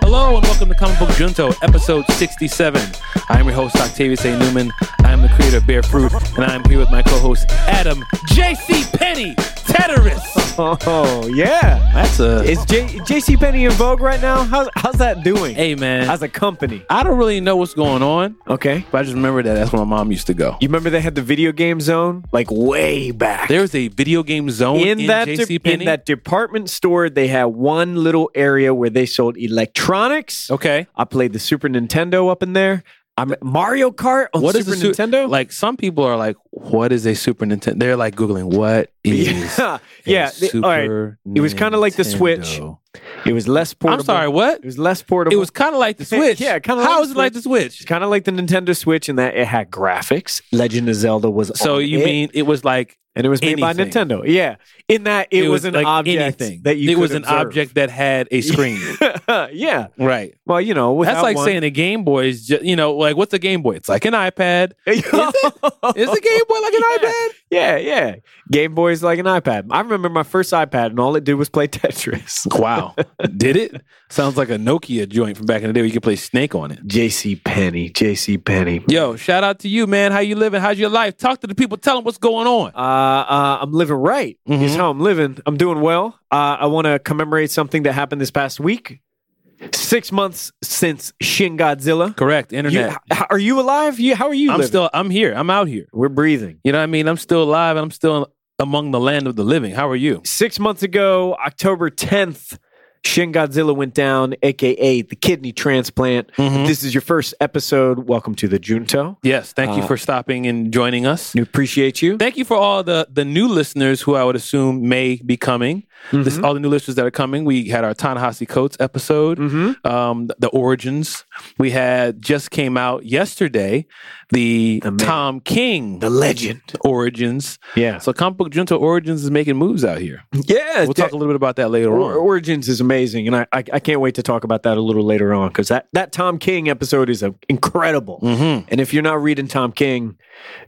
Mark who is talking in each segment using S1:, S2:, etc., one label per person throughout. S1: Hello and welcome to Comic Book Junto, episode 67. I am your host, Octavius A. Newman. I am the creator of Bear Fruit, and I am here with my co host, Adam J.C. Penny, Teterus.
S2: Oh yeah,
S1: That's a.
S2: is J- JC Penny in vogue right now? How's how's that doing?
S1: Hey, man.
S2: How's a company?
S1: I don't really know what's going on,
S2: Okay,
S1: but I just remember that that's where my mom used to go.
S2: you remember they had the video game zone like way back
S1: There's a video game zone in,
S2: in that de-
S1: J.C.
S2: in
S1: Penny.
S2: that department store. They had one little area where they sold electronics.
S1: okay.
S2: I played the Super Nintendo up in there. I'm Mario Kart on
S1: What is
S2: Super
S1: a su-
S2: Nintendo.
S1: Like some people are like, "What is a Super Nintendo?" They're like googling, "What is?"
S2: yeah,
S1: a
S2: yeah. they- all right.
S1: Super
S2: It was kinda like the Switch.
S1: Nintendo?"
S2: It was less portable.
S1: I'm sorry, what?
S2: It was less portable.
S1: It was kind of like the Switch.
S2: Yeah, kinda like
S1: How
S2: the
S1: is it like the Switch?
S2: It's kind of like the Nintendo Switch in that it had graphics. Legend of Zelda was
S1: So
S2: on
S1: you
S2: it.
S1: mean it was like
S2: and it was made by
S1: anything.
S2: Nintendo? Yeah, in that it, was, an
S1: like
S2: object
S1: anything.
S2: that you
S1: It
S2: could
S1: was an
S2: observe.
S1: object that had a screen.
S2: yeah,
S1: right.
S2: well, you know, without
S1: That's like
S2: one-
S1: saying a Game Boy is just, you know, like what's a Game Boy? It's like an iPad. Is a Game Boy like an
S2: Yeah.
S1: iPad?
S2: yeah, yeah. Game Boy is like an iPad. I remember my first iPad, and all it did was play Tetris.
S1: Wow. Did it? Sounds like a Nokia joint from back in the day where you could play Snake on it.
S2: J.C. Penny, J.C. Penny.
S1: Yo, shout out to you, man. How you living? How's your life? Talk to the people. Tell them what's going on.
S2: Uh, uh, I'm living right.
S1: Mhm.
S2: Is how I'm living. I'm doing well. Uh, I want to commemorate something that happened this past week. Six months since Shin Godzilla.
S1: Correct.
S2: You-
S1: Internet.
S2: h- are you alive? You, how are you?
S1: I'm
S2: living?
S1: still. I'm here. I'm out here.
S2: We're breathing.
S1: You know what I mean? I'm still alive and I'm still among the land of the living. How are you?
S2: Six months ago, October 10th, Shin Godzilla went down, aka the kidney transplant.
S1: Mm-hmm.
S2: This is your first episode. Welcome to the Junto.
S1: Yes. Thank you
S2: Uh,
S1: for stopping and joining us.
S2: We appreciate you.
S1: Thank you for all the the new listeners who I would assume may be coming.
S2: Mm-hmm.
S1: This, all the new listeners that are coming. We had our Tanahasi Coates episode,
S2: Mm-hmm.
S1: um, the, origins. We had just came out yesterday the
S2: The man.
S1: Tom King
S2: The legend.
S1: origins.
S2: Yeah.
S1: So comic book junto origins is making moves out here.
S2: Yeah.
S1: We'll talk a little bit about that later on.
S2: Origins is amazing, and I, I I can't wait to talk about that a little later on because that, that Tom King episode is uh, incredible.
S1: Mhm.
S2: And if you're not reading Tom King,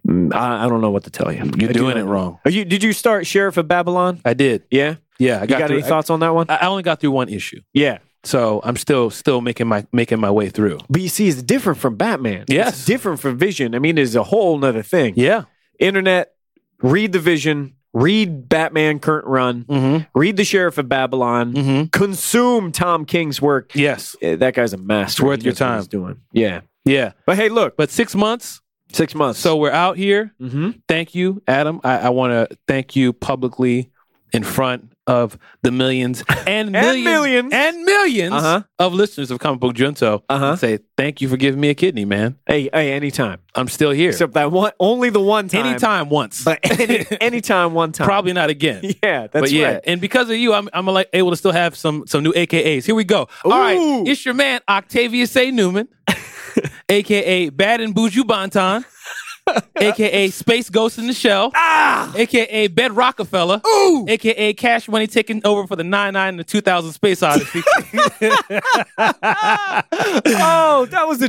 S2: mm, I, I don't know what to tell you.
S1: You're
S2: I do
S1: doing
S2: not
S1: it
S2: know.
S1: wrong.
S2: Are you? Did you start Sheriff of Babylon?
S1: I did.
S2: Yeah.
S1: Yeah, I
S2: You got
S1: through-
S2: any thoughts on that one?
S1: I, I only got through one issue,
S2: Yeah.
S1: so I'm still still making my making my way through.
S2: But you see, it's different from Batman.
S1: Yes.
S2: It's different from Vision. I mean, it's a whole nother thing.
S1: Yeah.
S2: Internet, read the Vision, read Batman current run,
S1: Mm-hmm.
S2: read the Sheriff of Babylon,
S1: Mm-hmm.
S2: consume Tom King's work.
S1: Yes.
S2: Eh, That guy's a master.
S1: It's worth
S2: He
S1: your
S2: knows what
S1: time.
S2: he's doing. Yeah.
S1: Yeah.
S2: But hey, look,
S1: But six months. Mm-hmm.
S2: six months.
S1: So we're out here.
S2: Mhm.
S1: Thank you, Adam. I, I want to thank you publicly in front of the millions and millions
S2: millions.
S1: and millions
S2: Uh-huh.
S1: of listeners of Comic Book Junto.
S2: Uh-huh.
S1: Say thank you for giving me a kidney, man.
S2: hey, hey, anytime.
S1: I'm still here.
S2: Except that one, only the one time.
S1: Anytime once.
S2: But any, anytime, one time.
S1: Probably not again.
S2: Yeah, that's
S1: but yeah,
S2: right.
S1: and because of you, I'm I'm like able to still have some some new AKAs. Here we go. All right,
S2: Ooh.
S1: it's your man Octavius A. Newman, aka Bad and Buju Bonton, aka Space Ghost in the Shell,
S2: Ah!
S1: aka Bed Rockefeller,
S2: Ooh!
S1: aka Cash Money taking over for the nine nine and the two thousand Space Odyssey.
S2: oh, that was a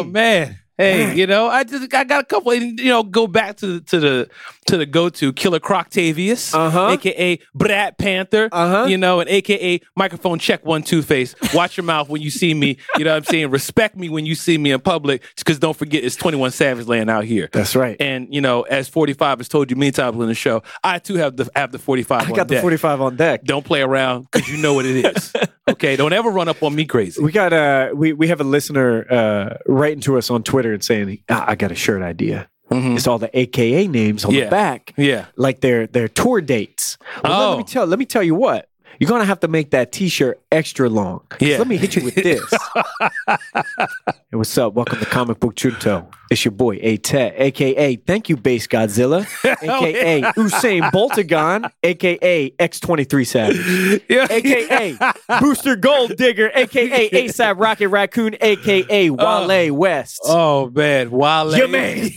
S1: oh man.
S2: Mm.
S1: Hey, you know, I just I got a couple. and, You know, go back to the to the to the go to Killer Croctavius,
S2: Uh-huh.
S1: aka Brad Panther,
S2: Uh-huh.
S1: you know, and aka microphone check one two face. Watch your mouth when you see me. You know what I'm saying? Respect me when you see me in public, because don't forget it's 21 Savage Land out here.
S2: That's right.
S1: And you know, as 45 has told you many times on the show, I too have the have the 45.
S2: I got the 45 on deck.
S1: Don't play around because you know what it is. okay, don't ever run up on me crazy.
S2: We got uh we, we have a listener uh writing to us on Twitter and saying, "Ah, I got a shirt idea. It's all the AKA names on
S1: Mm-hmm. Yeah.
S2: the back,
S1: Yeah.
S2: like their their tour dates. Well, let- let,
S1: Oh.
S2: me tell let me tell you what. You're gonna have to make that T-shirt extra long. 'Cause
S1: Yeah.
S2: Let me hit you with this. hey, what's up? Welcome to Comic Book Junto. It's your boy A Tet, aka Thank You Base Godzilla, aka Usain Boltagon, aka X23 Savage.
S1: Yeah.
S2: aka Booster Gold Digger, aka ASAP Rocket Raccoon, aka Wale West.
S1: Oh man, Wale.
S2: Your man.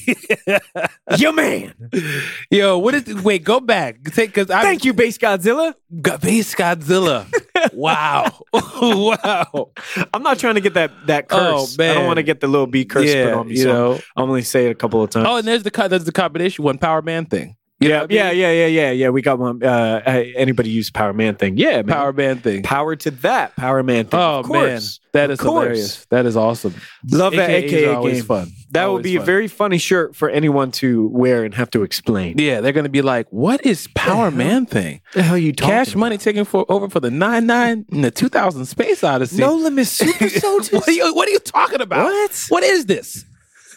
S2: Your man.
S1: Yo, what is wait, go back. Take cause I
S2: Thank you, Base Godzilla.
S1: G- Base Godzilla. wow. wow.
S2: I'm not trying to get that that
S1: Oh,
S2: curse. I
S1: man.
S2: don't want to get the little B curse
S1: Yeah,
S2: put on me.
S1: you
S2: so
S1: know.
S2: I'm only say it a couple of times.
S1: Oh, and there's the co- there's the combination one Power Man thing. You know
S2: Yeah,
S1: what I
S2: yeah,
S1: mean?
S2: yeah, yeah, yeah, yeah. We got one. Uh, hey, anybody use Power Man thing? Yeah, man.
S1: Power band thing.
S2: Power to that Power Man thing.
S1: Oh
S2: of
S1: man,
S2: course.
S1: that
S2: Of
S1: is
S2: course.
S1: hilarious. That is awesome.
S2: Love that
S1: AKAs
S2: AKA
S1: are always
S2: game.
S1: fun.
S2: That would
S1: Always
S2: be a
S1: fun.
S2: very funny shirt for anyone to wear and have to explain.
S1: Yeah, they're gonna be like, "What is Power Man thing?
S2: The hell you talking
S1: Cash money taking for over for the nine nine in the two thousand Space Odyssey.
S2: No limit super soldiers.
S1: what, are you, what are you talking about?
S2: What?
S1: What is this?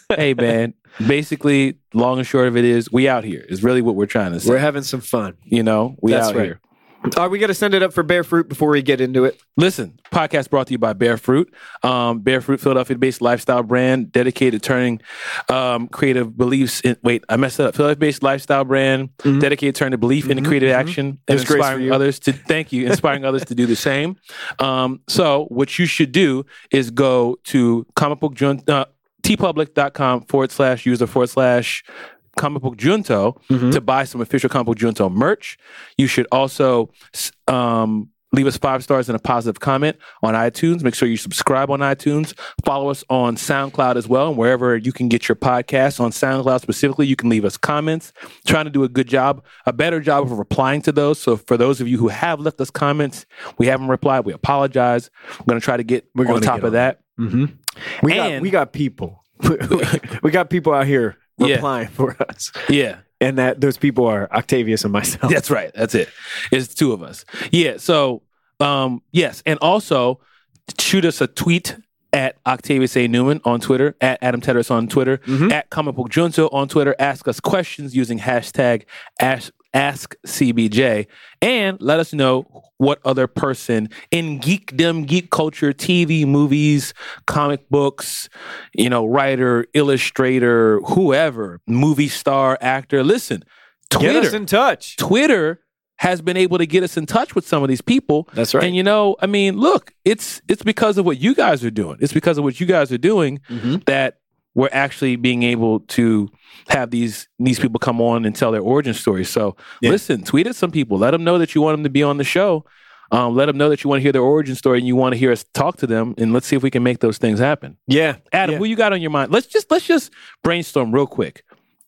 S1: hey man, basically, long and short of it is, we out here is really what we're trying to say.
S2: We're having some fun.
S1: you know, we
S2: That's
S1: out
S2: right.
S1: here.
S2: Are we going to send it up for Bear Fruit before we get into it?
S1: Listen, podcast brought to you by Bear Fruit. Um, Bear Fruit, Philadelphia-based lifestyle brand dedicated to turning um, creative beliefs. In, wait, I messed that up. Philadelphia-based lifestyle brand dedicated to turning belief into creative action and
S2: Mm-hmm. That's great for
S1: inspiring
S2: you.
S1: others to thank you, inspiring others to do the same. Um, so, what you should do is go to comic book jun- uh, tpublic.com forward slash user forward slash comic book junto
S2: Mm-hmm.
S1: to buy some official comic book junto merch. You should also s- um, leave us five stars and a positive comment on iTunes. Make sure you subscribe on iTunes. Follow us on SoundCloud as well, and wherever you can get your podcasts on SoundCloud specifically, you can leave us comments. Trying to do a good job, a better job of replying to those. So for those of you who have left us comments, we haven't replied. We apologize. We're going to try to get
S2: We're
S1: on
S2: gonna
S1: top
S2: get
S1: of
S2: on
S1: that.
S2: Mm-hmm. We got,
S1: And-
S2: we got people. we got people out here
S1: Yeah.
S2: replying for us.
S1: Yeah.
S2: And that those people are Octavius and myself.
S1: That's right. That's it. It's two of us. Yeah. So, um, yes, and also shoot us a tweet at Octavius A. Newman on Twitter, at Adam Tedros on Twitter,
S2: Mm-hmm.
S1: at Comic Book Junto on Twitter. Ask us questions using hashtag ask, ask CBJ and let us know what other person in geekdom, geek culture, TV, movies, comic books, you know, writer, illustrator, whoever, movie star, actor. Listen, Twitter.
S2: Get us in touch.
S1: Twitter has been able to get us in touch with some of these people.
S2: That's right.
S1: And you know, I mean, look, it's it's because of what you guys are doing. It's because of what you guys are doing
S2: Mm-hmm.
S1: that we're actually being able to have these these people come on and tell their origin stories. So
S2: Yeah.
S1: listen, tweet at some people. Let them know that you want them to be on the show. Um, let them know that you want to hear their origin story and you want to hear us talk to them. And let's see if we can make those things happen.
S2: Yeah.
S1: Adam,
S2: Yeah.
S1: who you got on your mind? Let's just let's just brainstorm real quick.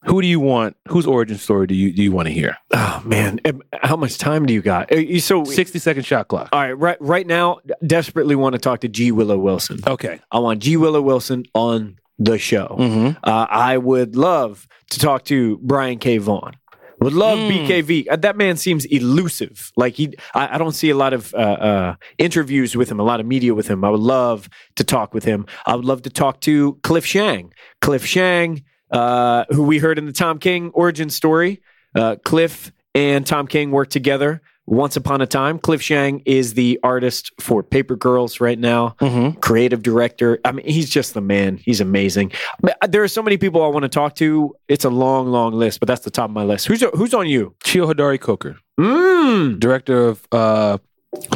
S1: Who do you want? Whose origin story do you do you want to hear?
S2: Oh, man. Um, How much time do you got? Uh, you- So,
S1: 60 second shot clock.
S2: all right, right, right now, desperately want to talk to G. Willow Wilson.
S1: Okay.
S2: I want G. Willow Wilson on the show.
S1: Mm-hmm.
S2: Uh, I would love to talk to Brian K. Vaughn. Would love
S1: Mm.
S2: BKV. Uh, That man seems elusive. Like he, I, I don't see a lot of uh, uh, interviews with him, a lot of media with him. I would love to talk with him. I would love to talk to Cliff Shang. Cliff Shang, uh, who we heard in the Tom King origin story. Uh, Cliff and Tom King worked together once upon a time. Cliff Shang is the artist for Paper Girls right now
S1: Mm-hmm.
S2: creative director. I mean, he's just the man. He's amazing. But uh, There are so many people I want to talk to. It's a long, long list, but that's the top of my list. Who's who's on you?
S1: Chio Hodori Coker,
S2: Mmm.
S1: director of uh,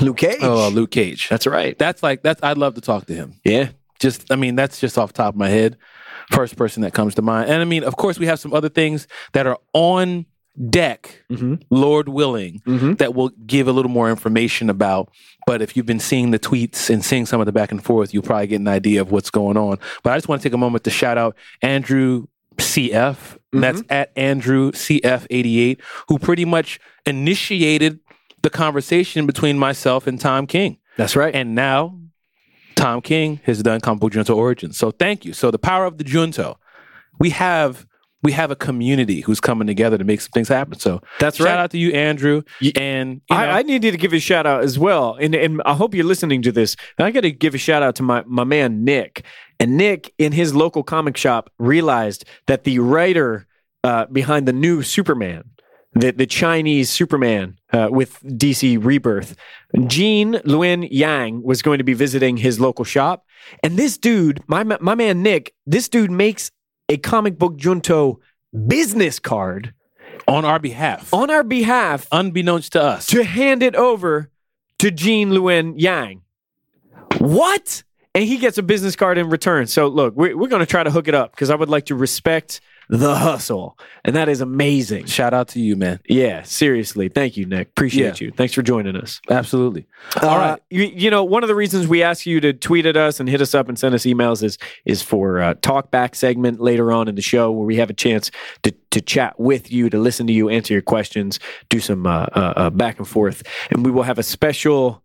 S2: Luke Cage.
S1: oh, Luke Cage.
S2: That's right.
S1: That's like, that's, I'd love to talk to him.
S2: Yeah.
S1: Just, I mean, that's just off the top of my head. First person that comes to mind. And I mean, of course, we have some other things that are on deck,
S2: Mm-hmm.
S1: Lord willing,
S2: Mm-hmm.
S1: that we'll give a little more information about. But if you've been seeing the tweets and seeing some of the back and forth, you'll probably get an idea of what's going on. But I just want to take a moment to shout out Andrew CF. That's
S2: Mm-hmm.
S1: at Andrew CF88, who pretty much initiated the conversation between myself and Tom King.
S2: That's right.
S1: And now Tom King has done Comic Book Junto Origins. So thank you. So the power of the Junto. We have we have a community who's coming together to make some things happen. So
S2: That's
S1: shout
S2: right.
S1: out to you, Andrew.
S2: Ye-
S1: And you know,
S2: I, I needed to give a shout out as well, and and I hope you're listening to this. I got to give a shout out to my my man Nick, and Nick in his local comic shop realized that the writer uh, behind the new Superman, the the Chinese Superman uh, with DC Rebirth, Jean Luen Yang was going to be visiting his local shop, and this dude, my ma- my man Nick, this dude makes a comic book junto business card
S1: on our behalf,
S2: on our behalf
S1: unbeknownst to us.
S2: to hand it over to Jean Luen Yang. What? And he gets a business card in return. So look, we're, we're going to try to hook it up because I would like to respect The Hustle. And that is amazing.
S1: Shout out to you, man.
S2: Yeah, seriously. Thank you, Nick. Appreciate you. Thanks for joining us.
S1: Absolutely.
S2: All right. You, you know, one of the reasons we ask you to tweet at us and hit us up and send us emails is is for uh, talk back segment later on in the show where we have a chance to, to chat with you, to listen to you, answer your questions, do some uh, uh, uh, back and forth. And we will have a special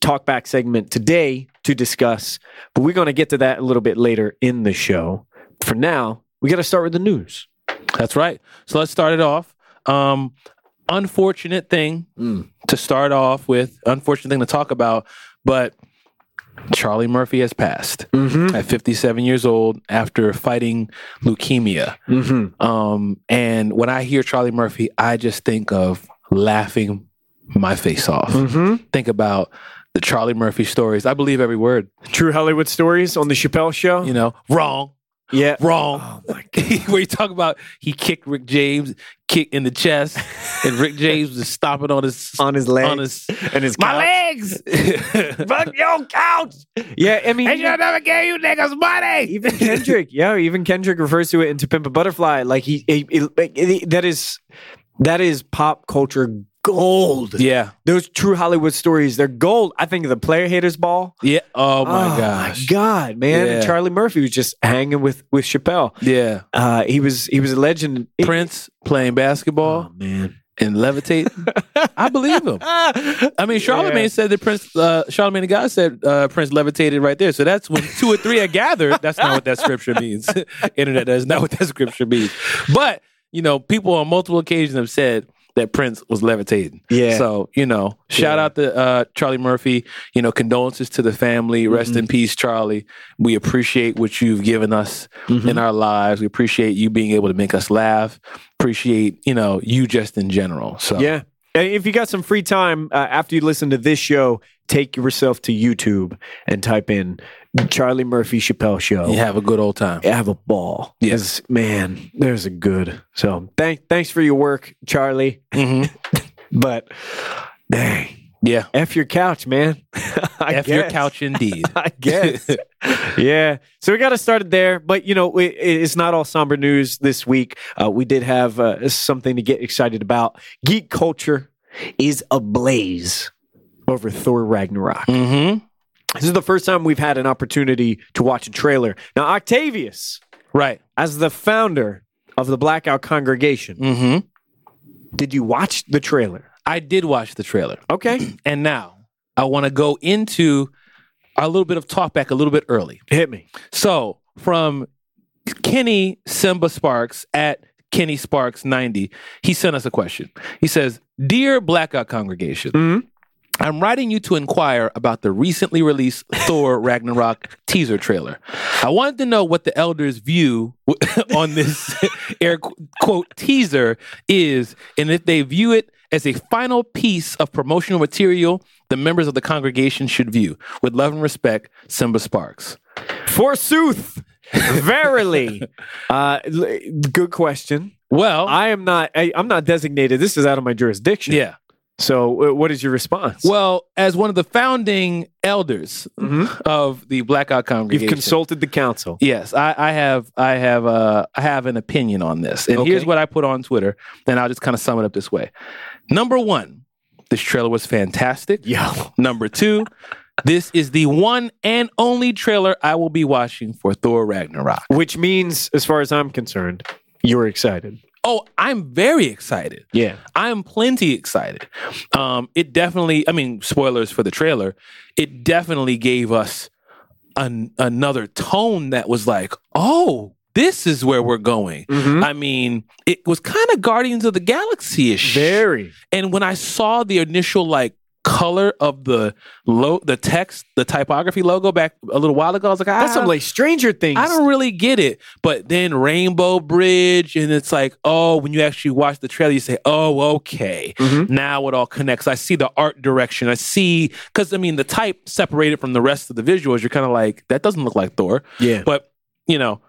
S2: talk back segment today to discuss, but we're going to get to that a little bit later in the show. For now, we got to start with the news.
S1: That's right. So let's start it off. Um, unfortunate thing
S2: Mm.
S1: to start off with, unfortunate thing to talk about, but Charlie Murphy has passed
S2: Mm-hmm.
S1: at 57 years old after fighting leukemia.
S2: Mm-hmm.
S1: Um, and when I hear Charlie Murphy, I just think of laughing my face off.
S2: Mm-hmm.
S1: Think about the Charlie Murphy stories. I believe every word,
S2: True Hollywood stories on the Chappelle Show.
S1: you know, wrong,
S2: Yeah.
S1: wrong.
S2: Oh, my God.
S1: where you talk about he kicked Rick James, kick in the chest, and Rick James was stomping on his
S2: on his leg
S1: on his
S2: and his
S1: my
S2: couch.
S1: legs.
S2: Fuck your couch. Yeah, I mean,
S1: They should never gave you niggas money.
S2: even Kendrick. Yeah, even Kendrick refers to it in "To Pimp a Butterfly." Like he, he- he- like, he- that is that is pop culture gold.
S1: Yeah,
S2: Those true Hollywood stories, they're gold. I think of the Player Haters Ball.
S1: yeah. Oh my
S2: Oh,
S1: gosh.
S2: God, man! And
S1: Yeah.
S2: Charlie Murphy was just hanging with with Chappelle.
S1: Yeah,
S2: Uh, he was he was a legend.
S1: Prince playing basketball
S2: oh man,
S1: and levitating. I believe him.
S2: Ah,
S1: I mean, Charlemagne said that Prince, uh, Charlemagne the God said uh, Prince levitated right there. So that's when two or three are gathered. That's not what that scripture means. Internet, that's not what that scripture means. But, you know, people on multiple occasions have said that Prince was levitating.
S2: Yeah.
S1: So, you know, shout
S2: Yeah.
S1: out to uh, Charlie Murphy. You know, condolences to the family.
S2: Mm-hmm.
S1: Rest in peace, Charlie. We appreciate what you've given us
S2: Mm-hmm.
S1: in our lives. We appreciate you being able to make us laugh. Appreciate, you know, you just in general. So,
S2: Yeah. And if you got some free time uh, after you listen to this show, take yourself to YouTube and type in Charlie Murphy Chappelle Show.
S1: you have a good old time.
S2: Have a ball.
S1: Yes.
S2: 'Cause, man, there's a good. So thank, thanks for your work, Charlie.
S1: hmm
S2: Mm-hmm. But dang,
S1: Yeah.
S2: F your couch, man. I
S1: F your
S2: guess.
S1: couch indeed.
S2: I guess. yeah. So we got to start it there. But, you know, we, it's not all somber news this week. Uh, we did have uh, something to get excited about. Geek culture is ablaze over Thor Ragnarok.
S1: mm-hmm.
S2: This is the first time we've had an opportunity to watch a trailer. Now, Octavius,
S1: Right.
S2: as the founder of the Blackout Congregation,
S1: Mm-hmm.
S2: did you watch the trailer?
S1: I did watch the trailer.
S2: Okay.
S1: And now I want to go into a little bit of talkback a little bit early.
S2: Hit me.
S1: So from Kenny Simba Sparks at Kenny Sparks 90, he sent us a question. He says, Dear Blackout Congregation,
S2: Mhm.
S1: I'm writing you to inquire about the recently released Thor Ragnarok teaser trailer. I wanted to know what the elders' view on this air qu- quote teaser is, and if they view it as a final piece of promotional material the members of the congregation should view. With love and respect, Simba Sparks.
S2: Forsooth. Verily. Uh, l- good question.
S1: Well,
S2: I am not. I, I'm not designated. This is out of my jurisdiction.
S1: Oh. yeah.
S2: So, uh, what is your response?
S1: Well, as one of the founding elders
S2: Mhm.
S1: of the Blackout
S2: you've
S1: congregation,
S2: consulted the council.
S1: Yes, I, I have. I have. Uh, I have an opinion on this, and
S2: Okay.
S1: here's what I put on Twitter, and I'll just kind of sum it up this way: Number one, this trailer was fantastic.
S2: Yeah.
S1: Number two, this is the one and only trailer I will be watching for Thor Ragnarok.
S2: Which means, as far as I'm concerned, you're excited.
S1: Oh, I'm very excited.
S2: Yeah.
S1: I'm plenty excited. Um, it definitely, I mean, spoilers for the trailer, it definitely gave us an, another tone that was like, oh, this is where we're going.
S2: Mm-hmm.
S1: I mean, it was kind of Guardians of the Galaxy ish.
S2: Very.
S1: And when I saw the initial, like, color of the lo- the text the typography logo back a little while ago i was like
S2: That's
S1: I,
S2: some like Stranger Things.
S1: I don't really get it. But then Rainbow Bridge, and it's like, oh, when you actually watch the trailer, you say, oh, okay,
S2: Mhm.
S1: now it all connects. I see the art direction. I see, because I mean, the type separated from the rest of the visuals, you're kind of like, that doesn't look like Thor.
S2: Yeah.
S1: But, you know,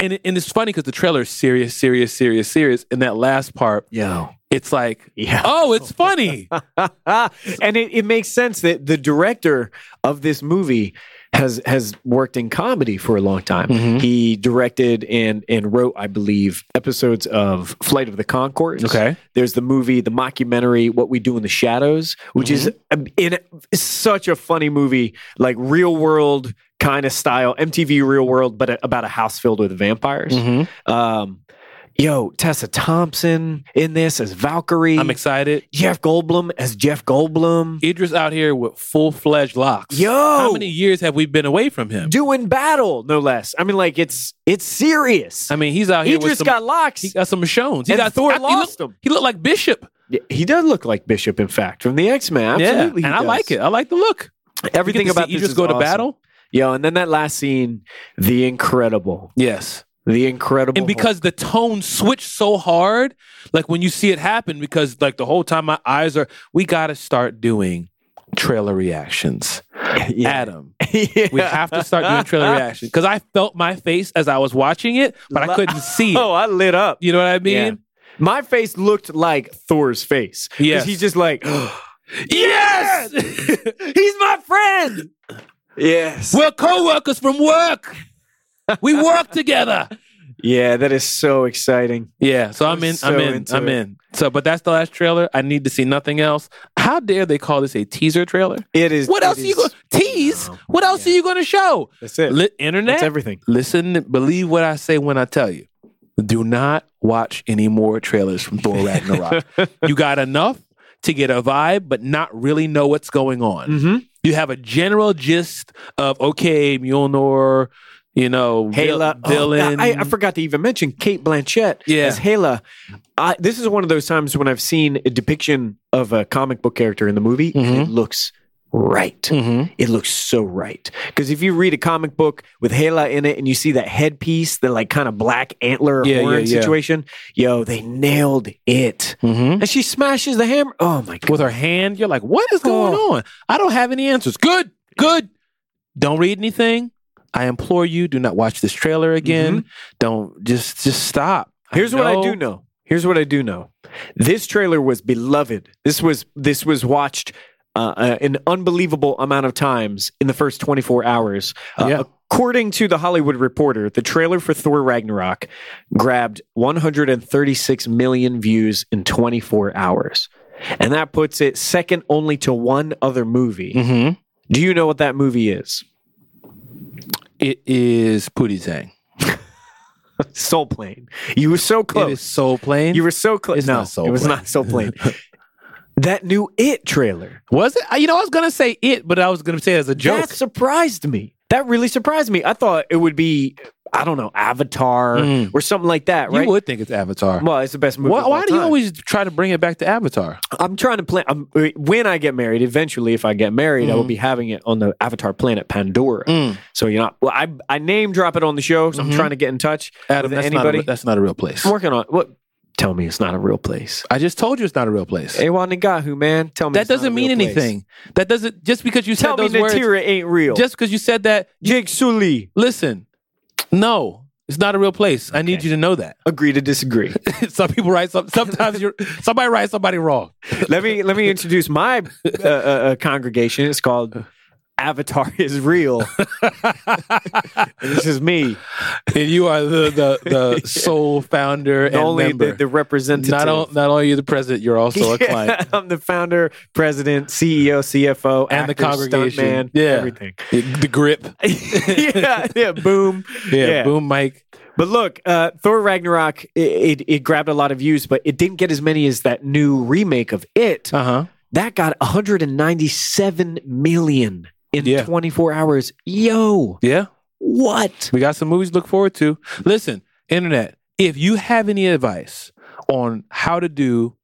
S1: and, it- and it's funny because the trailer is serious, serious, serious, serious. And that last part,
S2: Yeah.
S1: it's like,
S2: Yeah.
S1: oh, it's funny.
S2: and it, it makes sense that the director of this movie has has worked in comedy for a long time.
S1: Mm-hmm.
S2: He directed and and wrote, I believe, episodes of Flight of the Concords.
S1: Okay.
S2: There's the movie, the mockumentary, What We Do in the Shadows, which is
S1: Mm-hmm.
S2: um, in such a funny movie, like real world kind of style, MTV real world, but a, about a house filled with vampires.
S1: Mhm.
S2: Um, yo, Tessa Thompson in this as Valkyrie.
S1: I'm excited.
S2: Jeff Goldblum as Jeff Goldblum.
S1: Idris out here with full fledged locks.
S2: Yo!
S1: how many years have we been away from him?
S2: doing battle, no less. I mean, like it's it's serious.
S1: I mean, he's out here with
S2: Idris
S1: some.
S2: got locks.
S1: he got some Michonne's. He
S2: and
S1: got
S2: Thor
S1: I- he
S2: lost
S1: looked,
S2: him.
S1: He looked like Bishop.
S2: Yeah, he does look like Bishop, in fact, from the X Men.
S1: Yeah,
S2: Absolutely,
S1: and
S2: he
S1: I
S2: does.
S1: like it. I like the look. You get
S2: Everything
S1: to
S2: about
S1: see
S2: this
S1: Idris
S2: is
S1: go to
S2: awesome.
S1: battle.
S2: Yo, and then that last scene, the incredible,
S1: Yes,
S2: the incredible,
S1: and because the tone switched so hard, like when you see it happen, because like the whole time my eyes are. We got to start doing trailer reactions,
S2: Hulk. yeah,
S1: Adam. We have to start doing trailer reaction because I felt my face as I was watching it, but I couldn't see it.
S2: Oh, I lit up.
S1: You know what I mean?
S2: Yeah. My face looked like Thor's face. 'Cause
S1: Yes.
S2: he's just like,
S1: Yes!
S2: he's my friend. Yes.
S1: We're co workers from work. We work together.
S2: yeah, that is so exciting.
S1: Yeah, so I'm
S2: I'm
S1: in.
S2: so
S1: I'm in.
S2: into
S1: I'm
S2: it.
S1: in. So, but that's the last trailer. I need to see nothing else. How dare they call this a teaser trailer?
S2: It is.
S1: What
S2: it
S1: else are you
S2: is-
S1: going to tease?
S2: No.
S1: What else
S2: Yeah.
S1: are you going to show?
S2: That's it.
S1: Li- Internet,
S2: That's everything.
S1: listen, believe what I say when I tell you. Do not watch any more trailers from Thor Ragnarok. you got enough to get a vibe, but not really know what's going on.
S2: Mm-hmm.
S1: you have a general gist of okay, Mjolnir, you know,
S2: Hela,
S1: vil- villain.
S2: Oh, I, I forgot to even mention Kate Blanchett
S1: Yeah.
S2: as Hela. I, this is one of those times when I've seen a depiction of a comic book character in the movie, and
S1: Mm-hmm.
S2: it looks right.
S1: Mhm.
S2: It looks so right because if you read a comic book with Hela in it and you see that headpiece, the like kind of black antler
S1: Yeah,
S2: horn
S1: yeah, yeah.
S2: situation, yo, they nailed it.
S1: Mhm.
S2: And she smashes the hammer. Oh my god!
S1: With her hand, you're like, what is going
S2: Oh.
S1: on? I don't have any answers. Good, good. Don't read anything. I implore you, do not watch this trailer again. Don't just just stop.
S2: Mm-hmm. Here's what I do know. Here's what I do know. This trailer was beloved. This was this was watched uh, uh, an unbelievable amount of times in the first 24 hours. Uh,
S1: Oh, Yeah.
S2: According to the Hollywood Reporter, the trailer for Thor Ragnarok grabbed 136 million views in 24 hours. And that puts it second only to one other movie.
S1: Mhm.
S2: Do you know what that movie is?
S1: It is Pootie Tang.
S2: Soul Plane. You were so close.
S1: It is so plain.
S2: You were so close.
S1: It's
S2: no,
S1: not so
S2: it was
S1: plain.
S2: not so plain. that new It trailer.
S1: was it? I- You know, I was gonna say it, but I was gonna say it as a joke.
S2: That surprised me. That really surprised me. I thought it would be, I don't know, Avatar
S1: Mm.
S2: or something like that,
S1: you
S2: right?
S1: would think it's Avatar.
S2: Well, it's the best movie.
S1: why
S2: of all
S1: why do you
S2: time.
S1: always try to bring it back to Avatar?
S2: I'm trying to plan. I'm, when I get married, eventually, if I get married, I will be having it on the Avatar planet Pandora.
S1: Mm. Mm-hmm.
S2: So you're not. Well, I I name drop it on the show. So I'm trying to get in touch
S1: Adam,
S2: with
S1: that's
S2: anybody.
S1: Not a, that's not a real place.
S2: I'm working on what. Tell me, it's not a real place.
S1: I just told you it's not a real place.
S2: Ewanagahu, man. Tell me
S1: that
S2: it's not a
S1: doesn't
S2: real
S1: mean
S2: place.
S1: anything. That doesn't just because you
S2: Tell
S1: said
S2: me
S1: those words.
S2: Natira ain't real.
S1: Just because you said that.
S2: Jake Sully.
S1: Listen, no, it's not a real place. I need
S2: Okay.
S1: you to know that.
S2: Agree to disagree.
S1: Some people write some. Sometimes you're somebody writes somebody wrong.
S2: let me let me introduce my uh, uh, uh, congregation. It's called Avatar is real. And this is me,
S1: And you are the the, the sole founder and
S2: only the,
S1: member.
S2: the representative.
S1: not, on, not only are you the president, you're also a
S2: Yeah,
S1: client.
S2: I'm the founder, president, E CEO, CFO,
S1: And the
S2: actor,
S1: congregation.
S2: stuntman,
S1: Yeah.
S2: everything.
S1: The, the grip.
S2: yeah, yeah, boom.
S1: Yeah, boom, Mike.
S2: But look, uh, Thor Ragnarok, it, it it grabbed a lot of views, but it didn't get as many as that new remake of it.
S1: Uh huh.
S2: That got 197 million in
S1: Yeah.
S2: 24 hours. Yo,
S1: Yeah.
S2: what?
S1: We got some movies to look forward to. Listen, internet, if you have any advice on how to do,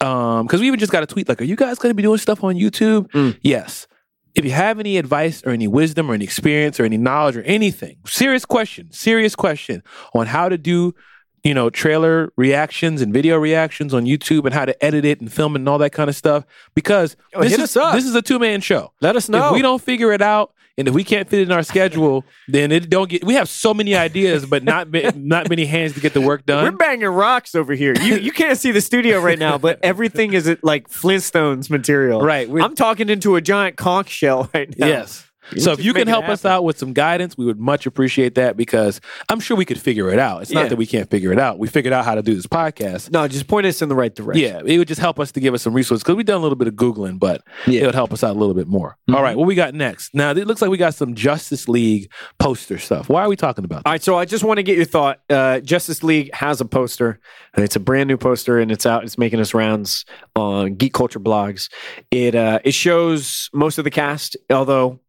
S1: um, because we even just got a tweet like, "Are you guys going to be doing stuff on YouTube?"
S2: Mm.
S1: Yes. If you have any advice or any wisdom or any experience or any knowledge or anything, serious question, serious question on how to do, you know, trailer reactions and video reactions on YouTube and how to edit it and film it and all that kind of stuff, because
S2: Yo,
S1: this
S2: Oh, hit
S1: is
S2: us up.
S1: this is a two man show.
S2: Let us
S1: If we don't figure it out and if we can't fit it in our schedule, then it don't get. We have so many ideas, but not ma- not many hands to get the work
S2: We're
S1: done.
S2: banging rocks over here. You you can't see the studio right now, but everything is like Flintstones material.
S1: Right, we're-
S2: I'm talking into a giant conch shell right now.
S1: Yes. So if
S2: just
S1: you
S2: make
S1: can
S2: it
S1: help us
S2: happen.
S1: out with some guidance, we would much appreciate that because I'm sure we could figure it out. It's
S2: Yeah.
S1: not that we can't figure it out. We figured out how to do this podcast.
S2: No, just point us in the right direction.
S1: Yeah, it would just help us to give us some resources because we've done a little bit of Googling, but
S2: Yeah. Mm-hmm.
S1: it would help us out a little bit more. All right, what we got next? Now, it looks like we got some Justice League poster stuff. Why are we talking about
S2: All right, so I just want to get your thought. Uh, Justice League has a poster. and It's a brand new poster, and it's out. It's making its rounds on geek culture blogs. It uh, it shows most of the cast, although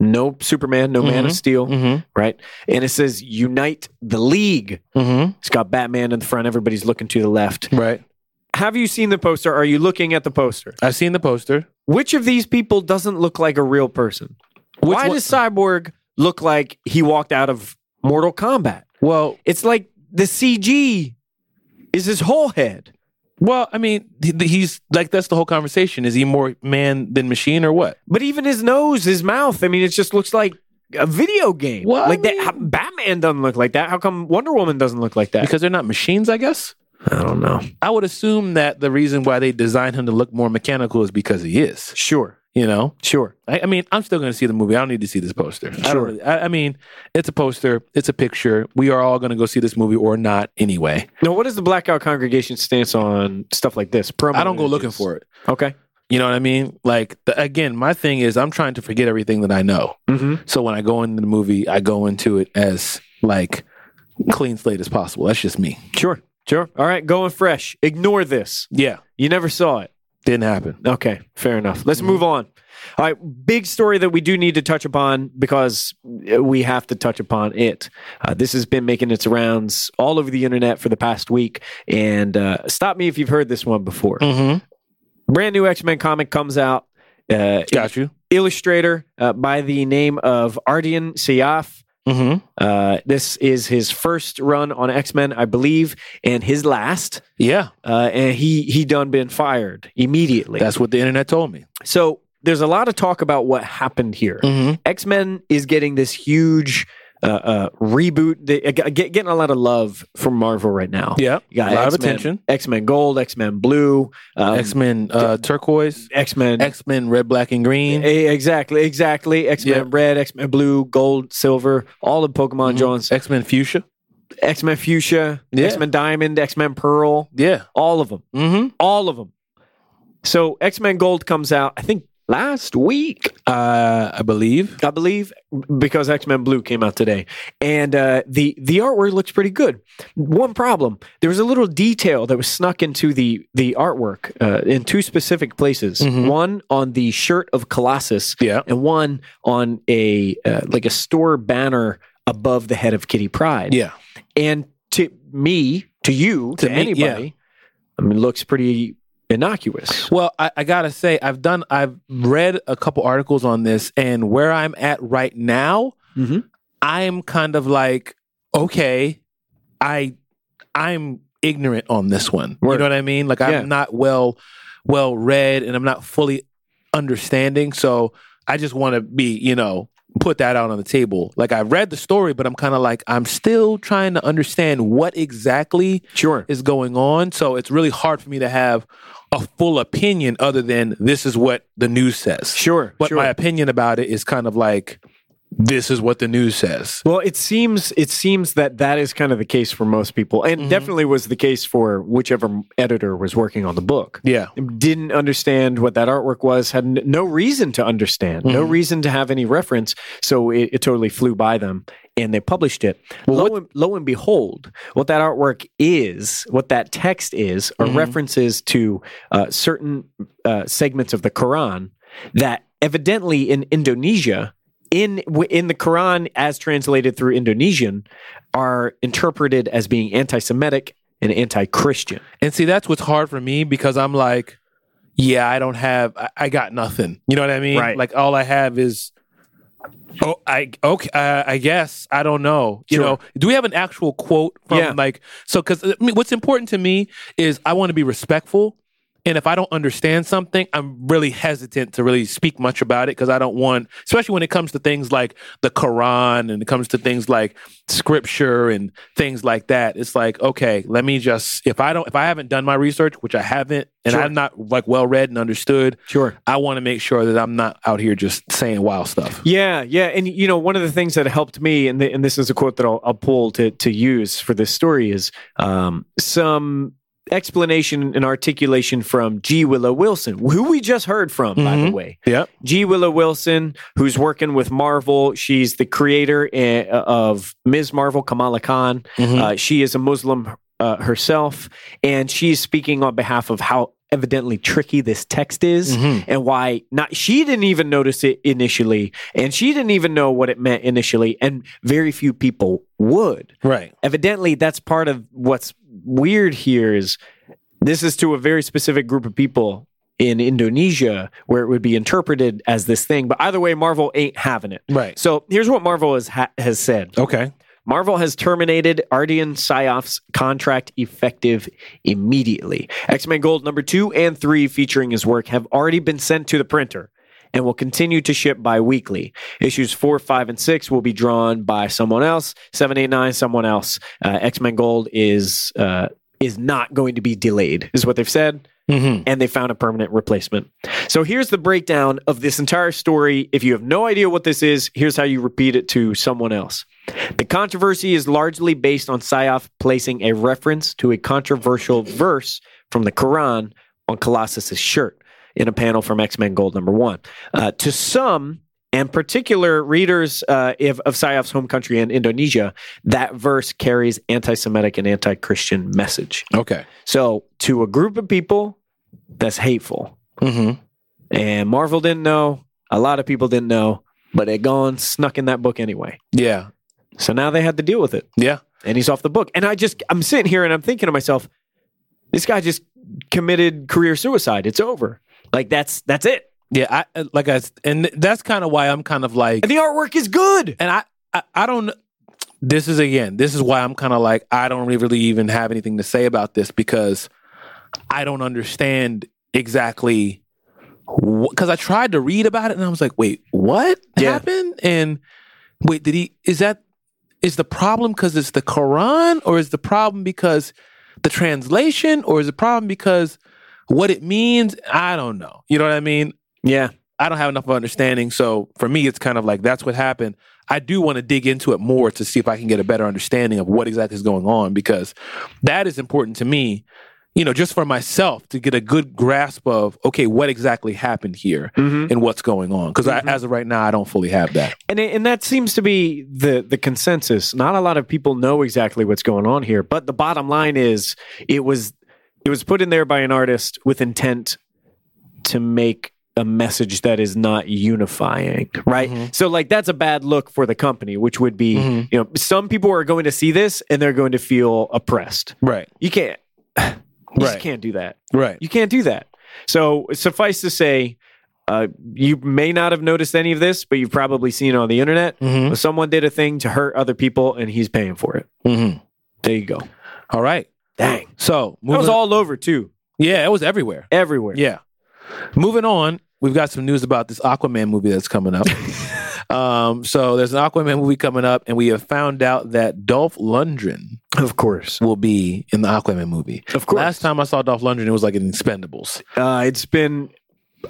S2: no Superman, no Man of Steel,
S1: Mm-hmm.
S2: right? And it says "Unite the League."
S1: Mm-hmm.
S2: It's got Batman in the front. Everybody's looking to the left.
S1: Right.
S2: Have you seen the poster? Are you looking at the poster?
S1: I've seen the poster.
S2: Which of these people doesn't look like a real person? Why
S1: one-
S2: does Cyborg look like he walked out of Mortal Kombat?
S1: Well,
S2: It's like the CG is his whole head.
S1: well, I mean, he- he's like that's the whole conversation. Is he more man than machine or what?
S2: But even his nose, his mouth, I mean, it just looks like a video game.
S1: Well, I
S2: like that,
S1: mean-
S2: how- Batman doesn't look like that. How come Wonder Woman doesn't look like that?
S1: Because they're not machines, I guess.
S2: I don't know.
S1: I would assume that the reason why they designed him to look more mechanical is because he is.
S2: Sure,
S1: You know,
S2: sure.
S1: I, I mean, I'm still going to see the movie. I don't need to see this poster. I,
S2: Sure.
S1: don't really- I, I mean, it's a poster. It's a picture. We are all going to go see this movie or not anyway.
S2: Now, what is the Blackout congregation stance on stuff like this? Promo
S1: I don't go looking for it.
S2: it. Okay.
S1: You know what I mean? Like the, again, my thing is I'm trying to forget everything that I know.
S2: Mm-hmm.
S1: So when I go into the movie, I go into it as like clean slate as possible. That's just me.
S2: Sure, sure. All right, going fresh. Ignore this.
S1: Yeah,
S2: You never saw it.
S1: didn't happen.
S2: Okay, fair enough. Let's move on. All right, big story that we do need to touch upon because we have to touch upon it. Uh, this has been making its rounds all over the internet for the past week, and uh, stop me if you've heard this one before.
S1: Mm-hmm.
S2: Brand new X Men comic comes out. Uh,
S1: Got you.
S2: illustrator uh, by the name of Ardian Siaf.
S1: Mm-hmm.
S2: Uh, this is his first run on X Men, I believe, and his last.
S1: Yeah,
S2: Uh, and he he done been fired immediately.
S1: that's what the internet told me.
S2: So there's a lot of talk about what happened here.
S1: Mm-hmm.
S2: X Men is getting this huge uh, uh, reboot, they, uh, get- getting a lot of love from Marvel right now.
S1: Yeah,
S2: You got
S1: a lot of
S2: X-Men-
S1: attention.
S2: X Men Gold, X Men Blue, um,
S1: X Men uh, Turquoise,
S2: X Men.
S1: X Men Red, Black, and Green.
S2: Exactly, exactly. X Men
S1: Yeah.
S2: Red, X Men Blue, Gold, Silver, all of Pokemon Jones,
S1: X Men Fuchsia.
S2: X Men Fuchsia,
S1: Yeah.
S2: X Men Diamond, X Men Pearl,
S1: Yeah.
S2: all of them,
S1: Mm-hmm.
S2: all of them. So X Men Gold comes out, I think last week.
S1: Uh, I believe.
S2: I believe, because X Men Blue came out today, and uh, the the artwork looks pretty good. One problem: there was a little detail that was snuck into the the artwork uh, in two specific places.
S1: Mhm.
S2: One on the shirt of Colossus,
S1: Yeah.
S2: and one on a uh, like a store banner above the head of Kitty Pride.
S1: Yeah.
S2: And to me, to you, to,
S1: To me,
S2: anybody, I mean, looks pretty innocuous.
S1: Well, I, I gotta say, I've done, I've read a couple articles on this, and where I'm at right now,
S2: Mhm.
S1: I am kind of like, okay, I, I'm ignorant on this one. You
S2: Word.
S1: know what I mean? Like I'm
S2: Yeah.
S1: not well, well read, and I'm not fully understanding. So I just want to be, you know, put that out on the table. Like I read the story, but I'm kind of like, I'm still trying to understand what exactly
S2: Sure.
S1: is going on. So it's really hard for me to have a full opinion other than this is what the news says.
S2: Sure.
S1: But
S2: sure.
S1: my opinion about it is kind of like this is what the news says.
S2: Well, it seems it seems that that is kind of the case for most people, and
S1: Mhm.
S2: definitely was the case for whichever editor was working on the book.
S1: Yeah.
S2: Didn't understand what that artwork was, had n- no reason to understand, no
S1: Mhm.
S2: reason to have any reference, so it, it totally flew by them, and they published it. lo, and, lo and behold, what that artwork is, what that text is, are
S1: Mhm.
S2: references to uh, certain uh, segments of the Quran that evidently in Indonesia, in w- in the Quran as translated through Indonesian, are interpreted as being anti-Semitic and anti-Christian.
S1: And see, that's what's hard for me because I'm like, yeah, I don't have, I, I got nothing. You know what I mean?
S2: Right.
S1: Like all I have is, oh, I okay, uh, I guess I don't know. You
S2: Sure.
S1: know, do we have an actual quote from
S2: Yeah.
S1: like so? Because what's important to me is I want to be respectful And if I don't understand something, I'm really hesitant to really speak much about it because I don't want, especially when it comes to things like the Quran and it comes to things like scripture and things like that. It's like, okay, let me just, if I don't, if I haven't done my research, which I haven't, and
S2: Sure.
S1: I'm not like well read and understood,
S2: Sure.
S1: I want to make sure that I'm not out here just saying wild stuff.
S2: Yeah, yeah, and you know, one of the things that helped me, and, the, and this is a quote that I'll, I'll pull to to use for this story is um, some explanation and articulation from G. Willow Wilson, who we just heard from, by the
S1: Mhm.
S2: way.
S1: Yep.
S2: G. Willow Wilson, who's working with Marvel, she's the creator eh, of Ms. Marvel, Kamala Khan.
S1: Mhm.
S2: Uh, she is a Muslim uh, herself, and she's speaking on behalf of how evidently tricky this text is
S1: Mhm.
S2: and why not she didn't even notice it initially and she didn't even know what it meant initially and very few people would
S1: Right.
S2: evidently that's part of what's weird here is this is to a very specific group of people in Indonesia where it would be interpreted as this thing but either way Marvel ain't having it
S1: Right.
S2: so here's what Marvel has ha- has said
S1: Okay.
S2: Marvel has terminated Ardian Psyoff's contract effective immediately. X Men Gold number two and three, featuring his work, have already been sent to the printer and will continue to ship bi weekly. Issues four, five, and six will be drawn by someone else, seven, eight, nine, someone else. Uh, X Men Gold is. Uh, is not going to be delayed, is what they've said,
S1: Mm-hmm.
S2: and they found a permanent replacement. So here's the breakdown of this entire story. If you have no idea what this is, here's how you repeat it to someone else. The controversy is largely based on Sayoff placing a reference to a controversial verse from the Quran on Colossus's shirt in a panel from X Men Gold number one. Uh, to some, and particular readers uh, if, of Sayoff's home country and Indonesia, that verse carries anti Semitic and anti Christian message.
S1: Okay.
S2: So, to a group of people, that's hateful.
S1: Mm-hmm.
S2: And Marvel didn't know. A lot of people didn't know, but they gone snuck in that book anyway.
S1: Yeah.
S2: So now they had to deal with it.
S1: Yeah.
S2: And he's off the book. And I just, I'm sitting here and I'm thinking to myself, this guy just committed career suicide. It's over. Like that's that's it.
S1: Yeah. I like I and that's kind of why I'm kind of like
S2: And the artwork is good.
S1: and I, I I don't this is again this is why I'm kind of like I don't really even have anything to say about this because I don't understand exactly because I tried to read about it and I was like wait what
S2: Yeah.
S1: happened and wait did he is that is the problem because it's the Quran or is the problem because the translation or is the problem because what it means I don't know you know what I mean
S2: Yeah.
S1: I don't have enough of understanding. So for me, it's kind of like that's what happened. I do want to dig into it more to see if I can get a better understanding of what exactly is going on because that is important to me, you know, just for myself to get a good grasp of, okay, what exactly happened here
S2: Mm-hmm.
S1: and what's going on. Because as of right now, I don't fully have that.
S2: And it, and that seems to be the the consensus. Not a lot of people know exactly what's going on here, but the bottom line is it was it was put in there by an artist with intent to make a message that is not unifying, right?
S1: Mhm.
S2: So like that's a bad look for the company, which would be,
S1: Mhm.
S2: you know, some people are going to see this and they're going to feel oppressed.
S1: Right.
S2: You can't you just
S1: Right.
S2: can't do that.
S1: Right.
S2: You can't do that. So suffice to say, uh, you may not have noticed any of this, but you've probably seen it on the internet.
S1: Mm-hmm.
S2: Someone did a thing to hurt other people, and he's paying for it.
S1: Mm-hmm.
S2: There you go.
S1: All right.
S2: Dang,
S1: So
S2: that was
S1: moving-
S2: all over too,
S1: yeah, it was everywhere.
S2: everywhere.
S1: Yeah. Moving on, we've got some news about this Aquaman movie that's coming up. um, so there's an Aquaman movie coming up, and we have found out that Dolph Lundgren
S2: Of course,
S1: will be in the Aquaman movie.
S2: of course.
S1: Last time I saw Dolph Lundgren, it was like in Expendables.
S2: uh, it's been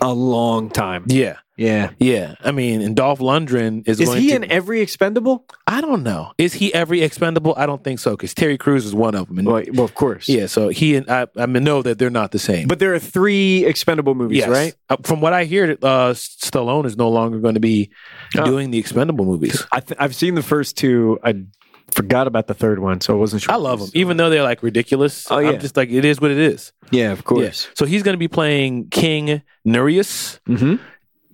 S2: a long time.
S1: Yeah,
S2: Yeah,
S1: yeah. I mean, and Dolph Lundgren is,
S2: is
S1: going
S2: he
S1: to,
S2: in every expendable?
S1: I don't know. Is he every Expendable? I don't think so, because Terry Crews is one of them. And,
S2: Well, well, of course.
S1: yeah, so he and I, I mean, know that they're not the same.
S2: but there are three expendable movies,
S1: Yes.
S2: right?
S1: Uh, from what I hear, uh, Stallone is no longer going to be
S2: Oh.
S1: doing the Expendable movies.
S2: I th- I've seen the first two. I forgot about the third one, so I wasn't sure.
S1: I love him, even though they're like ridiculous.
S2: Oh, yeah.
S1: I'm just like it is what it is.
S2: Yeah, of course.
S1: Yeah. So he's going to be playing King Nereus,
S2: Mm-hmm.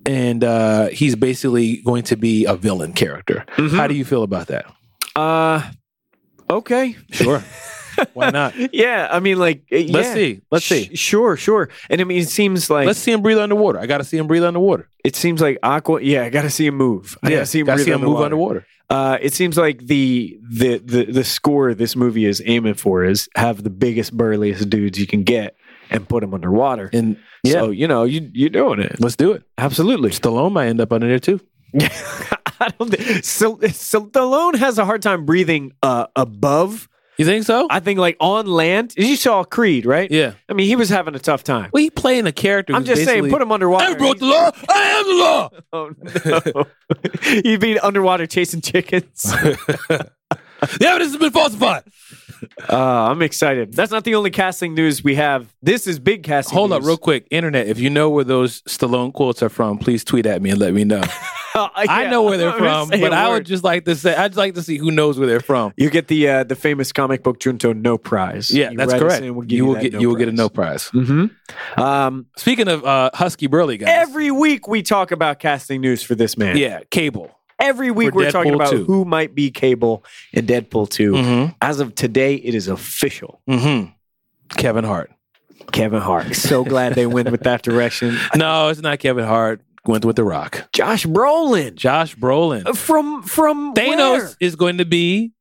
S1: and uh, he's basically going to be a villain character.
S2: Mm-hmm.
S1: How do you feel about that?
S2: Uh, okay.
S1: Sure, why not?
S2: Yeah, I mean, like, uh,
S1: Let's
S2: yeah.
S1: see. Let's
S2: Sh-
S1: see.
S2: sure, sure. And I mean, it seems like
S1: Let's see him breathe underwater. I got to see him breathe underwater.
S2: it seems like Aqua. Yeah, I gotta see him move. I gotta see him,
S1: gotta
S2: breathe
S1: see him move
S2: underwater.
S1: underwater.
S2: Uh, it seems like the, the the the score this movie is aiming for is have the biggest burliest dudes you can get and put him underwater.
S1: And yeah,
S2: So you know you you're doing it
S1: let's do it.
S2: absolutely.
S1: Stallone might end up under there too.
S2: I don't think so. So Stallone has a hard time breathing uh, above.
S1: You think so?
S2: I think like on land. You saw Creed, right?
S1: yeah.
S2: I mean, he was having a tough time.
S1: Well, he playing a character.
S2: I'm
S1: who's
S2: just saying,
S1: basically-
S2: put him underwater.
S1: I broke the law. I am the law.
S2: Oh no! You'd be underwater chasing chickens.
S1: The evidence has been falsified.
S2: Uh, I'm excited. That's not the only casting news we have. This is big casting.
S1: Hold up,
S2: news.
S1: real quick, internet. If you know where those Stallone quotes are from, please tweet at me and let me know.
S2: Uh,
S1: I
S2: yeah,
S1: know where they're
S2: I'm gonna
S1: from,
S2: say
S1: but
S2: a
S1: I would
S2: word.
S1: just like to say I'd like to see who knows where they're from.
S2: You get the uh, the famous comic book Junto no prize.
S1: Yeah,
S2: You
S1: that's
S2: write us
S1: correct.
S2: in, we'll give
S1: you will
S2: that
S1: get you will get a
S2: prize.
S1: no prize.
S2: Mhm. Um,
S1: Speaking of uh, husky burly guys,
S2: every week we talk about casting news for this man.
S1: yeah, Cable.
S2: Every week
S1: For
S2: we're talking
S1: Deadpool
S2: about
S1: 2.
S2: who might be Cable in Deadpool 2.
S1: Mm-hmm.
S2: As of today, it is official.
S1: Mm-hmm. Kevin Hart.
S2: Kevin Hart. So glad they went with that direction.
S1: No, it's not Kevin Hart. Went with The Rock.
S2: Josh Brolin.
S1: Josh Brolin.
S2: From from
S1: Thanos
S2: where?
S1: is going to be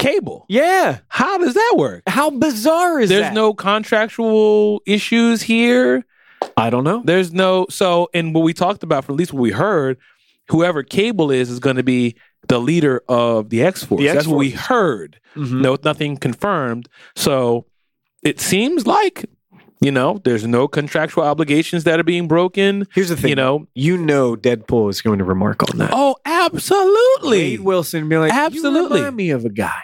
S1: Cable.
S2: Yeah.
S1: How does that work?
S2: How bizarre is
S1: There's
S2: that?
S1: no contractual issues here.
S2: I don't know.
S1: There's no so and what we talked about, for at least what we heard, whoever Cable is is going to be the leader of the X Force.
S2: The
S1: That's what we
S2: X-Force.
S1: heard.
S2: Mhm.
S1: No, nothing confirmed. So it seems like you know there's no contractual obligations that are being broken.
S2: Here's the thing.
S1: You know,
S2: you know Deadpool is going to remark on that.
S1: oh, absolutely.
S2: Wade Wilson be like,
S1: Absolutely.
S2: You remind me of a guy.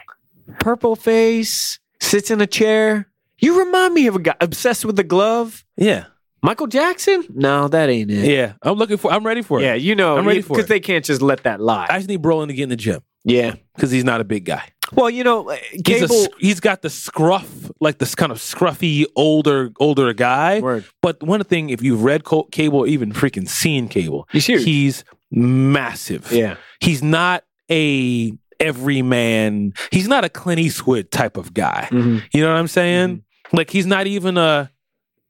S2: Purple face, sits in a chair. You remind me of a guy obsessed with the glove.
S1: Yeah,
S2: Michael Jackson? No, that ain't it.
S1: yeah. I'm looking for. I'm ready for it.
S2: Yeah, you know,
S1: I'm ready for
S2: because
S1: it.
S2: they can't just let that lie.
S1: I just need Brolin to get in the gym
S2: yeah.
S1: because he's not a big guy.
S2: Well, you know, uh,
S1: He's, a
S2: Cable.
S1: s- he's got the scruff, like this kind of scruffy older older guy.
S2: Word.
S1: But one thing, if you've read Col- Cable, or even freaking seen Cable,
S2: He's huge.
S1: he's massive.
S2: yeah.
S1: He's not a everyman. He's not a Clint Eastwood type of guy.
S2: Mm-hmm.
S1: You know what I'm saying? Like he's not even a.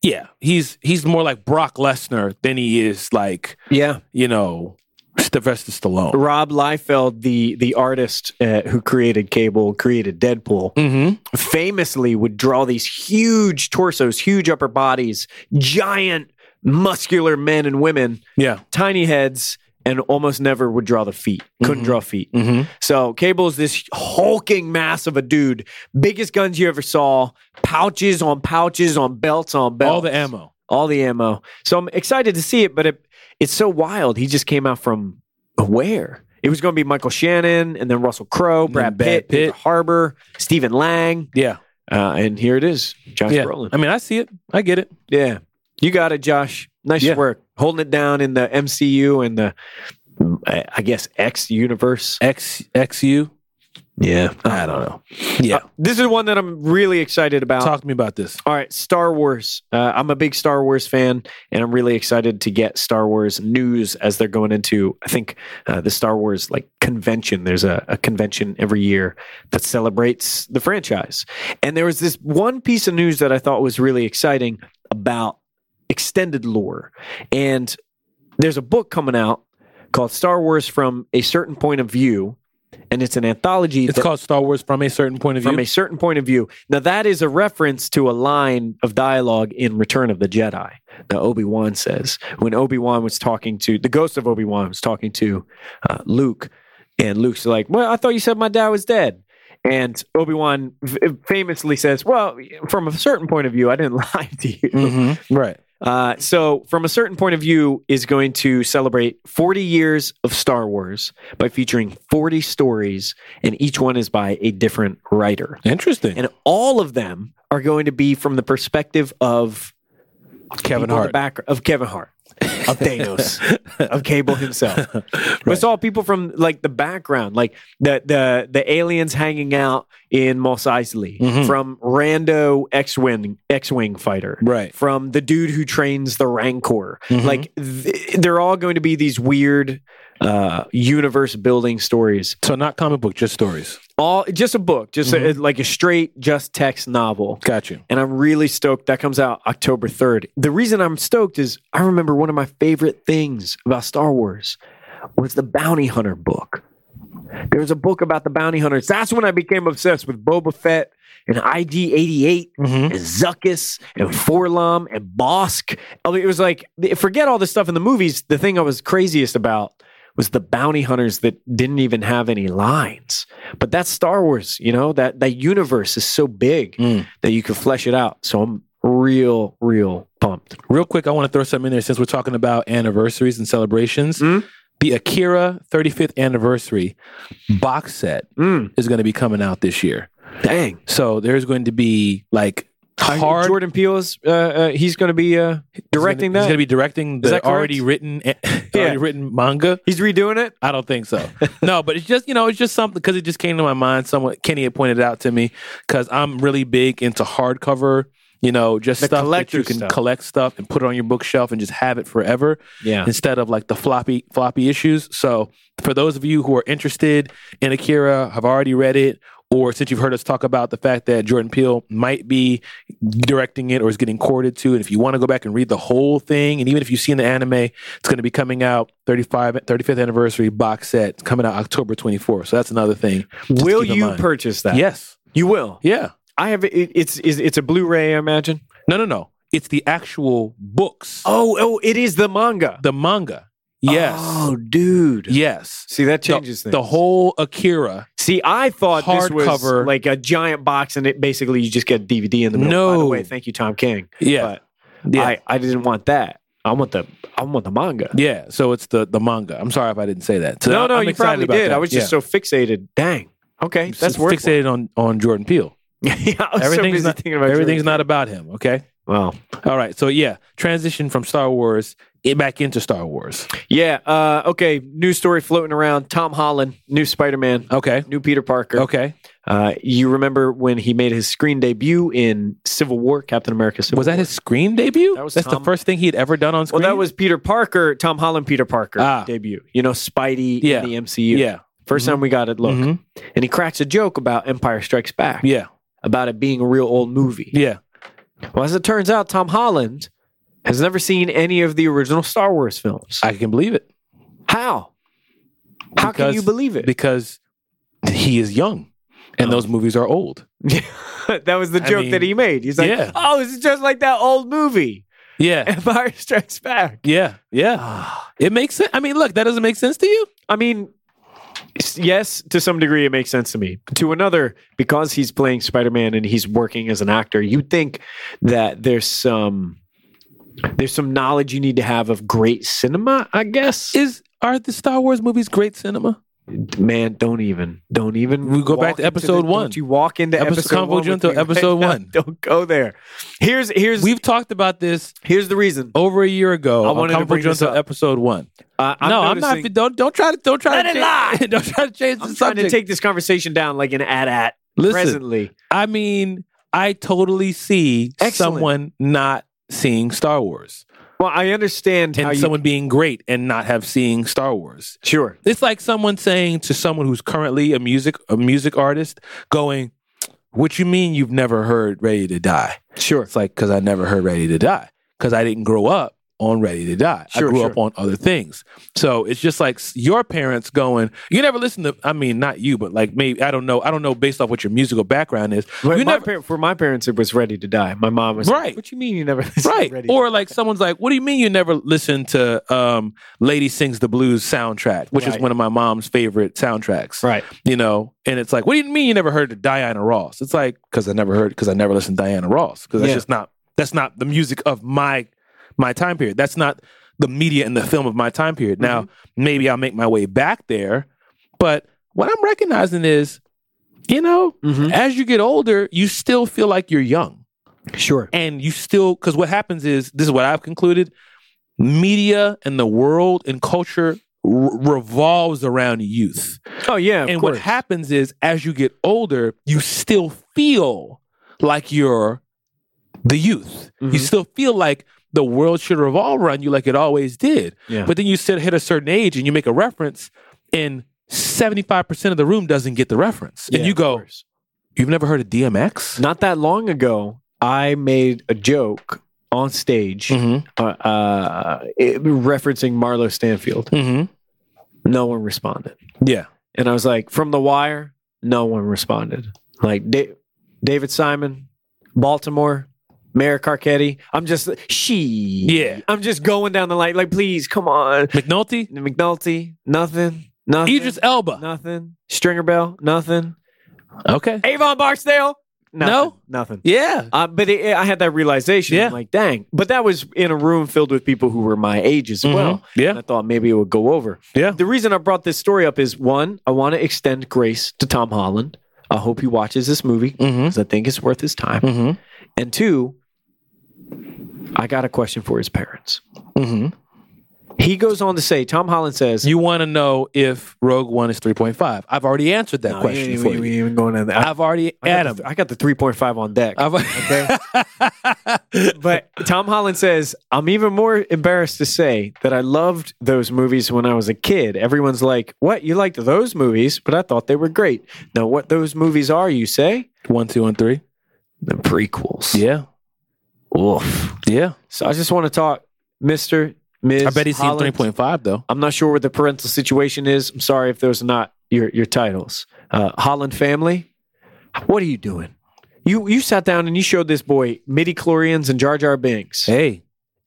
S1: Yeah, he's he's more like Brock Lesnar than he is like
S2: Yeah.
S1: you know Sylvester Stallone.
S2: Rob Liefeld, the the artist uh, who created Cable, created Deadpool.
S1: Mm-hmm.
S2: famously would draw these huge torsos, huge upper bodies, giant muscular men and women,
S1: Yeah.
S2: tiny heads, and almost never would draw the feet. Couldn't draw feet.
S1: Mm-hmm.
S2: So Cable's this hulking mass of a dude, biggest guns you ever saw, pouches on pouches on belts on belts,
S1: All the ammo.
S2: all the ammo. So I'm excited to see it, but it, it's so wild. He just came out from where? It was going to be Michael Shannon and then Russell Crowe,
S1: then
S2: Brad
S1: Brad
S2: Pitt,
S1: Pitt.
S2: Pitt. Harbor, Stephen Lang.
S1: Yeah.
S2: Uh, and here it is, Josh
S1: Yeah.
S2: Brolin.
S1: I mean, I see it. I get it.
S2: Yeah, you got it, Josh. Nice
S1: Yeah.
S2: work holding it down in the MCU and the, I I guess X universe.
S1: X XU.
S2: Yeah,
S1: I don't know. Yeah.
S2: uh, This is one that I'm really excited about.
S1: Talk to me about this.
S2: All right, Star Wars. Uh, I'm a big Star Wars fan, and I'm really excited to get Star Wars news as they're going into. I think uh, the Star Wars like convention. There's a, a convention every year that celebrates the franchise, and there was this one piece of news that I thought was really exciting about extended lore, and there's a book coming out called Star Wars from a certain point of view, and it's an anthology.
S1: It's
S2: that-
S1: called Star Wars from a certain point of
S2: from
S1: view.
S2: a certain point of view. Now, that is a reference to a line of dialogue in Return of the Jedi that Obi Wan says when Obi Wan was talking to the ghost of Obi Wan was talking to uh, Luke, and Luke's like, "Well, I thought you said my dad was dead." And Obi Wan famously says, "Well, from a certain point of view, I didn't lie to you."
S1: Mhm. Right.
S2: Uh, so, from a certain point of view, is going to celebrate 40 years of Star Wars by featuring 40 stories, and each one is by a different writer.
S1: Interesting.
S2: And all of them are going to be from the perspective of
S1: Kevin
S2: people in the
S1: Hart.
S2: back, of Kevin Hart, of Thanos, of Cable himself. But it's all people from like the background, like the the the aliens hanging out in Mos Eisley,
S1: Mhm.
S2: from Rando X Wing X Wing fighter,
S1: Right.
S2: from the dude who trains the Rancor.
S1: Mhm.
S2: Like th- they're all going to be these weird uh, universe building stories
S1: So not comic book, just stories.
S2: all just a book just a-
S1: Mm-hmm.
S2: like a straight just text novel
S1: Got you.
S2: and I'm really stoked. That comes out October 3rd. The reason I'm stoked is I remember one of my favorite things about Star Wars was the Bounty Hunter book. There was a book about the bounty hunters. That's when I became obsessed with Boba Fett and ID 88
S1: Mm-hmm.
S2: and Zuckus and Forlom and Bosk. I mean, it was like, forget all this stuff in the movies. The thing I was craziest about was the bounty hunters that didn't even have any lines. But that's Star Wars, you know, that, that universe is so big
S1: Mm.
S2: that you can flesh it out. So I'm real, real pumped.
S1: Real quick, I want to throw something in there since we're talking about anniversaries and celebrations.
S2: Mm.
S1: The Akira 35th anniversary box set
S2: Mm,
S1: is going to be coming out this year.
S2: dang.
S1: So there's going to be like
S2: I heard
S1: hard.
S2: Jordan Peele's, uh, uh, he's going to be uh, directing
S1: he's gonna, He's
S2: that.
S1: going to be directing the
S2: that correct?
S1: already written, eh, already written manga.
S2: he's redoing it.
S1: I don't think so. no, but it's just you know it's just something because it just came to my mind. Someone Kenny had pointed it out to me because I'm really big into hardcover. You know, just
S2: The
S1: stuff that you
S2: collector's
S1: can
S2: stuff.
S1: collect stuff and put it on your bookshelf and just have it forever
S2: Yeah.
S1: instead of like the floppy floppy issues. So for those of you who are interested in Akira, have already read it, or since you've heard us talk about the fact that Jordan Peele might be directing it or is getting courted to, and if you want to go back and read the whole thing, and even if you've seen the anime, it's going to be coming out 35 35th anniversary box set It's coming out October 24th. So that's another thing. Just
S2: Will
S1: keep in
S2: you
S1: mind.
S2: purchase that?
S1: yes.
S2: You will.
S1: Yeah.
S2: I have it, it's is it's a Blu-ray, I imagine.
S1: No, no, no. It's the actual books,
S2: Oh, oh, it is the manga.
S1: the manga. Yes.
S2: Oh, dude.
S1: Yes.
S2: See, that
S1: The-
S2: changes things.
S1: the whole Akira
S2: See, I thought this was
S1: Hardcover.
S2: like a giant box, and it basically you just get a DVD in the middle. By the
S1: No.
S2: way, thank you, Tom King.
S1: Yeah.
S2: But
S1: yeah.
S2: I, I didn't want that. I want the I want the manga.
S1: yeah. So it's the the manga. I'm sorry if I didn't say that. So
S2: no,
S1: I'm
S2: no, you
S1: excited
S2: probably
S1: about
S2: did.
S1: that.
S2: I was just
S1: Yeah.
S2: so fixated. Dang. Okay,
S1: I'm
S2: that's
S1: just
S2: worth it.
S1: fixated on on Jordan Peele.
S2: yeah, I was so
S1: Everything's
S2: busy
S1: not-
S2: thinking about
S1: Everything's
S2: Jordan.
S1: not about him. Okay.
S2: Well,
S1: All right. So yeah, transition from Star Wars i- back into Star Wars.
S2: yeah. Uh, okay, news story floating around. Tom Holland, new Spider Man,
S1: Okay.
S2: new Peter Parker.
S1: Okay.
S2: Uh, you remember when he made his screen debut in Civil War, Captain America Civil
S1: Was that
S2: War?
S1: his screen debut?
S2: That was
S1: That's
S2: Tom-
S1: the first thing he had ever done on
S2: Well,
S1: screen.
S2: that was Peter Parker, Tom Holland, Peter Parker
S1: Ah.
S2: debut. You know, Spidey
S1: Yeah.
S2: in the MCU.
S1: yeah.
S2: 1st time we got it. Look,
S1: Mhm.
S2: and he cracks a joke about Empire Strikes Back.
S1: Yeah.
S2: about it being a real old movie.
S1: Yeah.
S2: Well, as it turns out, Tom Holland has never seen any of the original Star Wars films.
S1: I can believe it
S2: How? How can
S1: Because-
S2: you believe it?
S1: because he is young,
S2: Oh.
S1: and those movies are old.
S2: that was the
S1: I
S2: joke that
S1: mean,
S2: he made. He's like,
S1: yeah.
S2: "Oh, it's just like that old movie,
S1: Yeah.
S2: Empire Strikes Back."
S1: Yeah. Yeah. It makes sense. I mean, look, that doesn't make sense to you.
S2: I mean, s- yes, to some degree, it makes sense to me. To another, because he's playing Spider Man and he's working as an actor, you think that there's some there's some knowledge you need to have of great cinema, I guess.
S1: Is are the Star Wars movies great cinema?
S2: Man, don't even, don't even.
S1: We go
S2: walk
S1: back to
S2: into
S1: episode
S2: the-
S1: one.
S2: Don't you walk into
S1: Episode-
S2: episode, one
S1: Convolution
S2: with
S1: to
S2: me
S1: episode
S2: now.
S1: one.
S2: Don't go there. Here's here's
S1: We've Oh, talked about this
S2: here's the reason.
S1: over a year ago.
S2: I
S1: on
S2: wanted to
S1: Comic Book
S2: bring this
S1: Junto
S2: up.
S1: episode one.
S2: Uh,
S1: no, I'm not.
S2: noticing-
S1: Don't don't try to don't try
S2: Let
S1: to
S2: it
S1: change, don't try to change the
S2: I'm trying
S1: subject.
S2: to take this conversation down like an ad at
S1: Listen,
S2: presently.
S1: I mean, I totally see
S2: Excellent.
S1: someone not seeing Star Wars
S2: Well, I understand how
S1: and
S2: you
S1: someone being great and not have seeing Star Wars.
S2: sure.
S1: It's like someone saying to someone who's currently a music a music artist, going, "What you mean you've never heard Ready to Die?"
S2: Sure.
S1: It's like because I never heard Ready to Die because I didn't grow up on Ready to Die.
S2: Sure,
S1: I grew
S2: sure.
S1: up on other things. So it's just like s- your parents going, you never listen to. I mean, not you, but like maybe I don't know. I don't know based off what your musical background is.
S2: But
S1: you
S2: my
S1: never
S2: par- for my parents, it was ready to die. My mom was like,
S1: Right.
S2: what you mean you never listened to
S1: right
S2: ready
S1: or like someone's like what do you mean you never listened to um lady sings the blues soundtrack which
S2: Right.
S1: is one of my mom's favorite soundtracks
S2: Right.
S1: you know and it's like what do you mean you never heard of diana ross it's like because i never heard because i never listened to diana ross because that's
S2: Yeah.
S1: just not that's not the music of my my time period that's not the media and the film of my time period now maybe i'll make my way back there but what i'm recognizing is you know
S2: Mhm.
S1: as you get older you still feel like you're young
S2: Sure.
S1: and you still because what happens is this is what i've concluded media and the world and culture r- revolves around youth
S2: Oh yeah. Of
S1: and
S2: course.
S1: what happens is as you get older you still feel like you're the youth
S2: Mhm.
S1: you still feel like the world should revolve around you like it always did
S2: Yeah.
S1: but then you sit hit a certain age and you make a reference and 75% of the room doesn't get the reference
S2: Yeah,
S1: and you
S2: of
S1: go
S2: course.
S1: you've never heard of dmx
S2: Not that long ago, I made a joke on stage
S1: mm-hmm.
S2: uh, uh, it- referencing Marlo Stanfield.
S1: Mm-hmm.
S2: No one responded.
S1: yeah
S2: And I was like, from The Wire, no one responded. Like Da- David Simon, Baltimore, Mayor Carcetti. I'm just she.
S1: Yeah.
S2: I'm just going down the line. Like, please, come on.
S1: McNulty,
S2: McNulty, nothing, nothing,
S1: Idris Elba.
S2: nothing. Stringer Bell, nothing.
S1: Okay.
S2: Avon Barksdale, nothing,
S1: No.
S2: nothing.
S1: Yeah.
S2: Uh, but it, I had that realization.
S1: Yeah.
S2: I'm like, dang. But that was in a room filled with people who were my age as well.
S1: Mhm. Yeah.
S2: And I thought maybe it would go over.
S1: Yeah.
S2: The reason I brought this story up is one, I want to extend grace to Tom Holland. I hope he watches this movie
S1: Mm-hmm.
S2: because I think it's worth his time.
S1: Mm-hmm.
S2: And two, I got a question for his parents.
S1: Mm-hmm.
S2: He goes on to say, Tom Holland says,
S1: You want to know if Rogue One is 3.5? I've already answered that
S2: No,
S1: question
S2: we-
S1: for
S2: we-
S1: you.
S2: we ain't even going in there. I-
S1: I've already
S2: I got
S1: Adam.
S2: the- I got the 3.5 on deck.
S1: I've,
S2: But Tom Holland says, I'm even more embarrassed to say that I loved those movies when I was a kid. Everyone's like, What? You liked those movies? But I thought they were great. Now, what those movies are, you say?
S1: One, two, and three.
S2: The prequels.
S1: Yeah.
S2: Oof.
S1: Yeah.
S2: So I just want to talk, Mr. Ms.
S1: I bet he's seen
S2: Holland.
S1: 3.5, though.
S2: I'm not sure what the parental situation is. I'm sorry if those are not your, your titles. Uh, Holland family, what are you doing? You, you sat down and you showed this boy midi chlorians and Jar Jar Binks.
S1: Hey,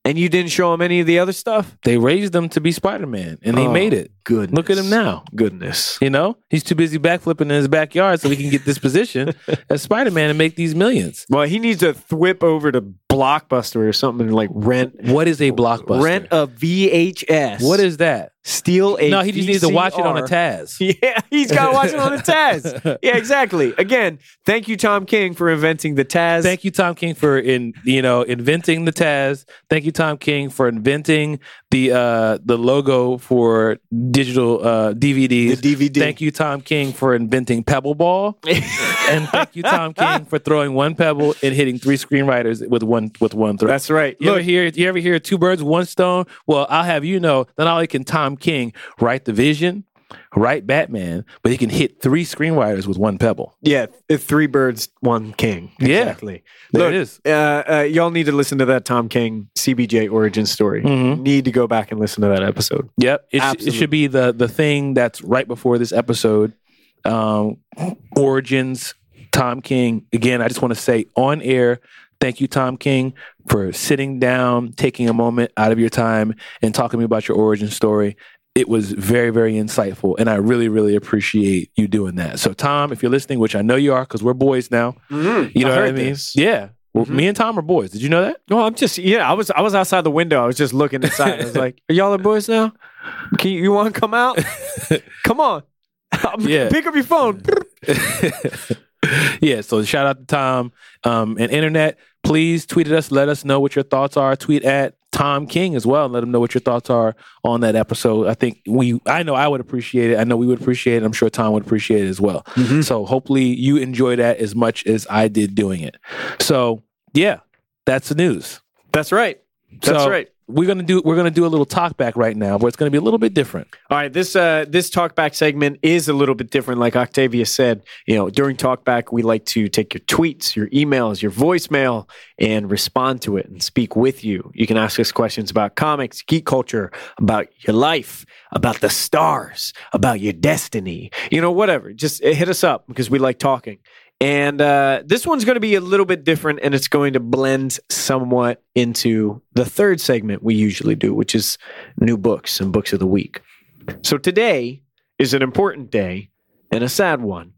S2: and you didn't show him any of the other stuff.
S1: they raised him to be Spider Man and they
S2: Oh,
S1: made it.
S2: Goodness.
S1: Look at him now.
S2: Goodness.
S1: You know, he's too busy backflipping in his backyard so he can get this position as Spider Man and make these millions.
S2: Well, he needs to thwip over to Blockbuster or something and like rent
S1: What is a blockbuster?
S2: rent a VHS.
S1: what is that?
S2: steal a
S1: No, he just needs to watch it on a
S2: VCR.
S1: Taz.
S2: Yeah, he's got to watch it on a Taz. Yeah, exactly. Again, thank you, Tom King, for inventing the Taz.
S1: Thank you, Tom King, for in you know inventing the Taz. Thank you, Tom King, for inventing the uh, the logo for digital uh, DVDs.
S2: The DVD.
S1: Thank you, Tom King, for inventing Pebble Ball, and thank you, Tom King, for throwing one pebble and hitting three screenwriters with one with one throw.
S2: That's right.
S1: You ever
S2: Look,
S1: hear you ever hear two birds, one stone? Well, I'll have you know not only can Tom King write the vision, write Batman, but he can hit three screenwriters with one pebble.
S2: yeah, if three birds, one king.
S1: Yeah.
S2: Exactly.
S1: There
S2: Look,
S1: it is.
S2: Uh, uh, y'all need to listen to that Tom King CBJ origin story.
S1: Mhm.
S2: Need to go back and listen to that episode.
S1: Yep. It, sh- it
S2: Absolutely.
S1: should be the the thing that's right before this episode. Um, origins, Tom King. Again, I just want to say on air, thank you, Tom King, for sitting down, taking a moment out of your time, and talking to me about your origin story. It was very, very insightful, and I really, really appreciate you doing that. So, Tom, if you're listening, which I know you are, because we're boys now, you know what I
S2: heard
S1: mean?
S2: this. Mm-hmm.
S1: Yeah, Well, me and Tom are boys. Did you know that?
S2: No, I'm just yeah. I was I was outside the window. I was just looking inside. I was like, "Are y'all the boys now? Can you, you want to come out? come on,
S1: Yeah.
S2: Pick up your phone.
S1: yeah, so shout out to Tom um, and internet. Please tweet at us. Let us know what your thoughts are. Tweet at Tom King as well. and Let him know what your thoughts are on that episode. I think we, I know I would appreciate it. I know we would appreciate it. I'm sure Tom would appreciate it as well.
S2: Mm-hmm.
S1: So hopefully you enjoy that as much as I did doing it. So yeah, that's the news.
S2: That's right. That's
S1: So,
S2: right.
S1: We're gonna do we're gonna do a little talk back right now, where it's gonna be a little bit different.
S2: All right, this uh, this talkback segment is a little bit different. Like Octavia said, you know, during talkback, we like to take your tweets, your emails, your voicemail, and respond to it and speak with you. You can ask us questions about comics, geek culture, about your life, about the stars, about your destiny. You know, whatever. Just uh, hit us up because we like talking. And uh, this one's going to be a little bit different, and it's going to blend somewhat into the third segment we usually do, which is new books and books of the week. So today is an important day and a sad one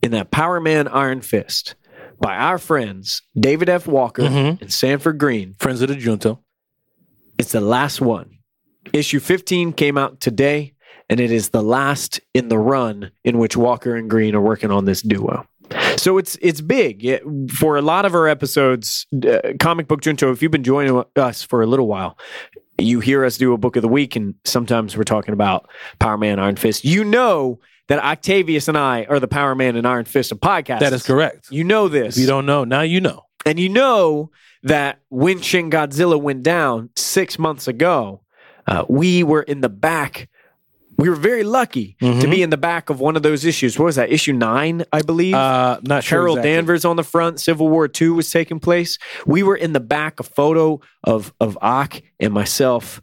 S2: in that Power Man Iron Fist by our friends David F. Walker
S1: Mhm.
S2: and Sanford Green.
S1: Friends of the Junto.
S2: It's the last one. Issue 15 came out today, and it is the last in the run in which Walker and Green are working on this duo. So it's it's big It- for a lot of our episodes. Uh, Comic Book Junto, if you've been joining us for a little while, you hear us do a book of the week, and sometimes we're talking about Power Man, Iron Fist. You know that Octavius and I are the Power Man and Iron Fist of podcasts.
S1: That is correct.
S2: You know this.
S1: If you don't know, now you know.
S2: And you know that when Shin Godzilla went down six months ago, uh, we were in the back. We were very lucky to
S1: Mm-hmm.
S2: be in the back of one of those issues. What was that? Issue nine, I believe.
S1: Uh, not sure.
S2: Harold
S1: exactly.
S2: Danvers on the front. Civil War II was taking place. We were in the back. A photo of of Ock and myself,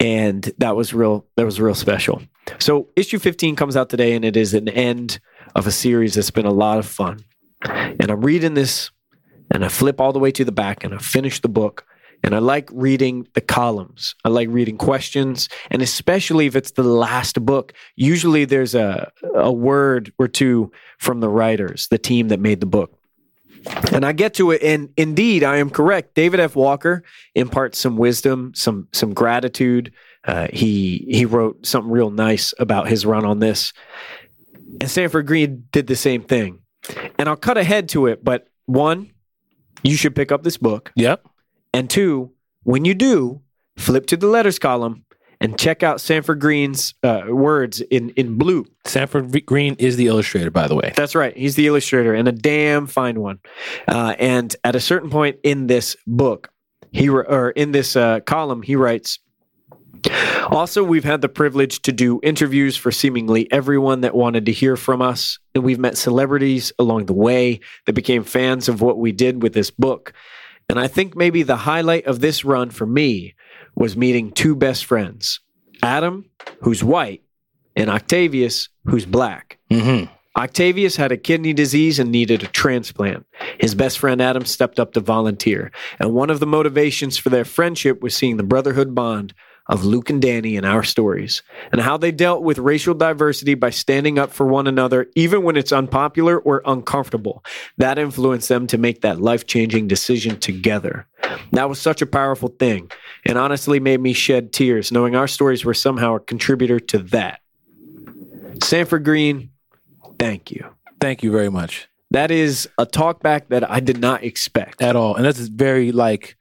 S2: and that was real. That was real special. So issue 15 comes out today, and it is an end of a series that's been a lot of fun. And I'm reading this, and I flip all the way to the back, and I finish the book. And I like reading the columns. I like reading questions, and especially if it's the last book. Usually, there's a a word or two from the writers, the team that made the book. And I get to it, and indeed, I am correct. David F. Walker imparts some wisdom, some some gratitude. Uh, he he wrote something real nice about his run on this, and Sanford Green did the same thing. And I'll cut ahead to it, but one, you should pick up this book,
S1: Yep.
S2: and two, when you do, flip to the letters column and check out Sanford Green's uh, words in in blue.
S1: Sanford V- Green is the illustrator, by the way.
S2: That's right. He's the illustrator and a damn fine one. Uh, and at a certain point in this book, he wr- or in this uh, column, he writes. Also, we've had the privilege to do interviews for seemingly everyone that wanted to hear from us, and we've met celebrities along the way that became fans of what we did with this book. And I think maybe the highlight of this run for me was meeting two best friends Adam, who's white, and Octavius, who's black.
S1: Mm-hmm.
S2: Octavius had a kidney disease and needed a transplant. His best friend Adam stepped up to volunteer, and one of the motivations for their friendship was seeing the brotherhood bond of Luke and Danny in our stories, and how they dealt with racial diversity by standing up for one another, even when it's unpopular or uncomfortable. That influenced them to make that life changing decision together. That was such a powerful thing, and honestly made me shed tears knowing our stories were somehow a contributor to that. Sanford Green, thank you.
S1: Thank you very much.
S2: That is a talkback that I did not expect.
S1: At all. And that's very, like,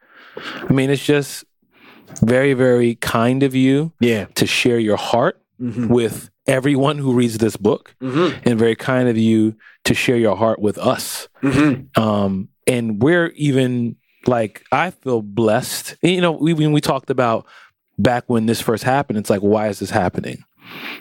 S1: I mean, it's just very, very kind of you
S2: Yeah.
S1: to share your heart
S2: Mm-hmm.
S1: with everyone who reads this book
S2: Mm-hmm.
S1: and very kind of you to share your heart with us.
S2: Mm-hmm.
S1: um, and we're even like I feel blessed. You know, we when we talked about back when this first happened, it's like why is this happening?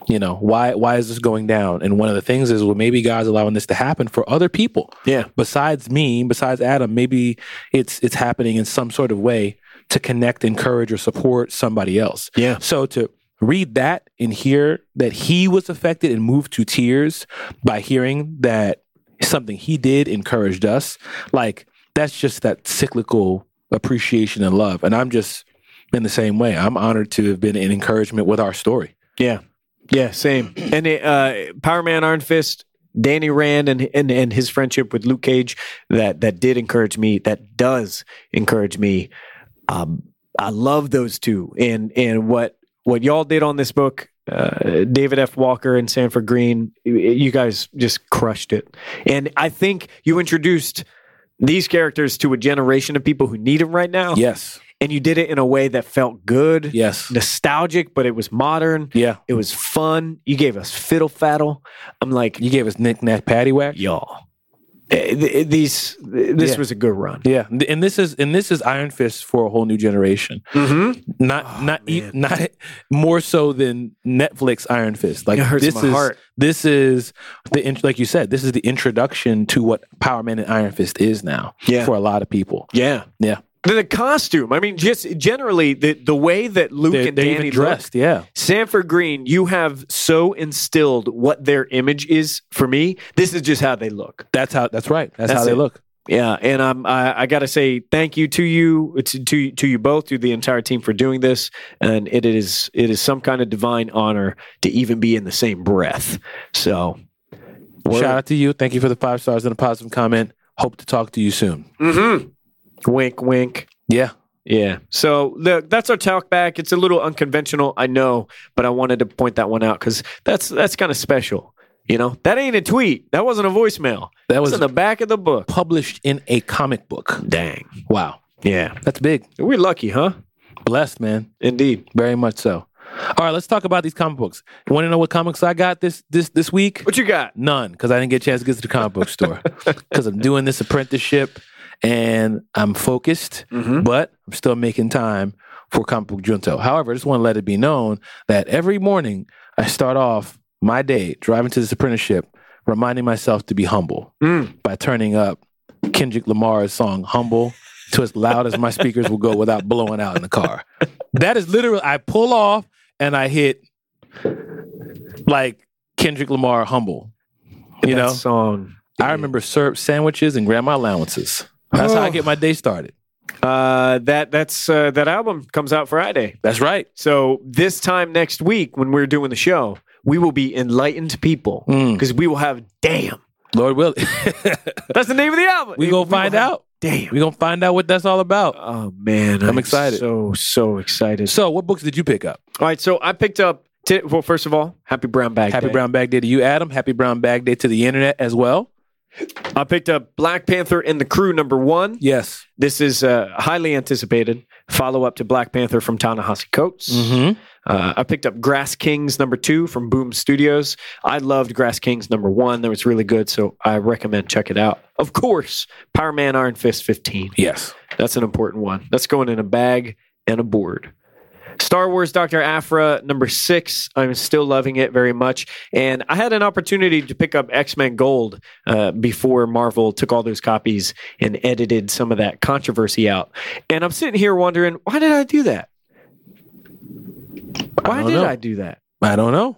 S1: You know, why why is this going down? And one of the things is well, maybe God's allowing this to happen for other people
S2: Yeah.
S1: besides me, besides Adam. Maybe it's it's happening in some sort of way to connect, encourage, or support somebody else.
S2: Yeah.
S1: So to read that and hear that he was affected and moved to tears by hearing that something he did encouraged us, like that's just that cyclical appreciation and love. And I'm just in the same way. I'm honored to have been an encouragement with our story.
S2: Yeah. Yeah. Same. And it, uh, Power Man Iron Fist, Danny Rand, and, and and his friendship with Luke Cage that that did encourage me. That does encourage me. Um, I love those two. And and what what y'all did on this book. Uh, David F. Walker and Sanford Green, y- y- you guys just crushed it. And I think you introduced these characters to a generation of people who need them right now.
S1: Yes.
S2: and you did it in a way that felt good,
S1: Yes.
S2: nostalgic, but it was modern.
S1: Yeah.
S2: It was fun. You gave us fiddle faddle. I'm like,
S1: You gave us knick knack paddywhack.
S2: y'all, eh, th- these this
S1: Yeah.
S2: was a good run.
S1: Yeah, and this is and this is Iron Fist for a whole new generation.
S2: Mm-hmm.
S1: Not
S2: Oh,
S1: not e-
S2: man.
S1: not more so than Netflix Iron Fist. Like
S2: It hurts
S1: this
S2: my
S1: is
S2: heart.
S1: this is the int- like you said. This is the introduction to what Power Man and Iron Fist is now
S2: Yeah.
S1: for a lot of people.
S2: Yeah,
S1: Yeah,
S2: the, the costume. I mean, just generally the the way that Luke
S1: they're,
S2: and
S1: they're
S2: Danny
S1: even
S2: look.
S1: dressed. Yeah,
S2: Sanford Green, you have so instilled what their image is for me. This is just how they look.
S1: that's how. That's right. That's,
S2: That's
S1: how they
S2: it.
S1: look.
S2: Yeah, and I'm, I, I got to say thank you to you to, to to you both to the entire team for doing this, and it is it is some kind of divine honor to even be in the same breath. So, word.
S1: Shout out to you. Thank you for the five stars and a positive comment. Hope to talk to you soon.
S2: Mhm. wink, wink.
S1: Yeah,
S2: Yeah. So look, that's our talk back. It's a little unconventional, I know, but I wanted to point that one out because that's that's kind of special. You know, that ain't a tweet. That wasn't a voicemail.
S1: that
S2: That was
S1: was
S2: in the back of the book.
S1: published in a comic book.
S2: Dang.
S1: Wow,
S2: Yeah.
S1: that's big.
S2: We're lucky, huh?
S1: Blessed man.
S2: Indeed.
S1: Very much so. All right, let's talk about these comic books. You want to know what comics I got this this this week?
S2: What you got?
S1: None, because I didn't get a chance to get to the comic book store because I'm doing this apprenticeship and I'm focused,
S2: Mm-hmm.
S1: but I'm still making time for comic book junto. However, I just want to let it be known that every morning I start off my day driving to this apprenticeship, reminding myself to be humble
S2: Mm.
S1: by turning up Kendrick Lamar's song "Humble" to as loud as my speakers will go without blowing out in the car. That is literally. I pull off and I hit like Kendrick Lamar humble. You
S2: that
S1: know,
S2: song.
S1: I remember syrup sandwiches and grandma allowances. That's how I get my day started.
S2: Uh, that that's uh, that album comes out Friday.
S1: That's right.
S2: So this time next week, when we're doing the show, we will be enlightened people
S1: Mm.
S2: because we will have damn.
S1: Lord willing,
S2: That's the name of the album.
S1: we gonna find
S2: will have
S1: out.
S2: Damn.
S1: We gonna find out what that's all about.
S2: Oh man,
S1: I'm excited.
S2: So so excited.
S1: So, what books did you pick up?
S2: All right, so I picked up. T- well, first of all, Happy Brown Bag.
S1: Happy
S2: Day.
S1: Brown Bag Day to you, Adam. Happy Brown Bag Day to the internet as well.
S2: I picked up Black Panther and the Crew number one.
S1: Yes.
S2: This is uh, highly anticipated follow up to Black Panther from Ta-Nehisi Coates.
S1: Mm-hmm.
S2: Uh, I picked up Grass Kings number two from Boom Studios. I loved Grass Kings number one. That was really good, so I recommend check it out. Of course, Power Man Iron Fist 15.
S1: Yes.
S2: That's an important one. That's going in a bag and a board. Star Wars Dr. Afra, number six. I'm still loving it very much. And I had an opportunity to pick up X Men Gold uh, before Marvel took all those copies and edited some of that controversy out. And I'm sitting here wondering, why did I do that? Why
S1: don't
S2: did
S1: know.
S2: I do that?
S1: I don't know.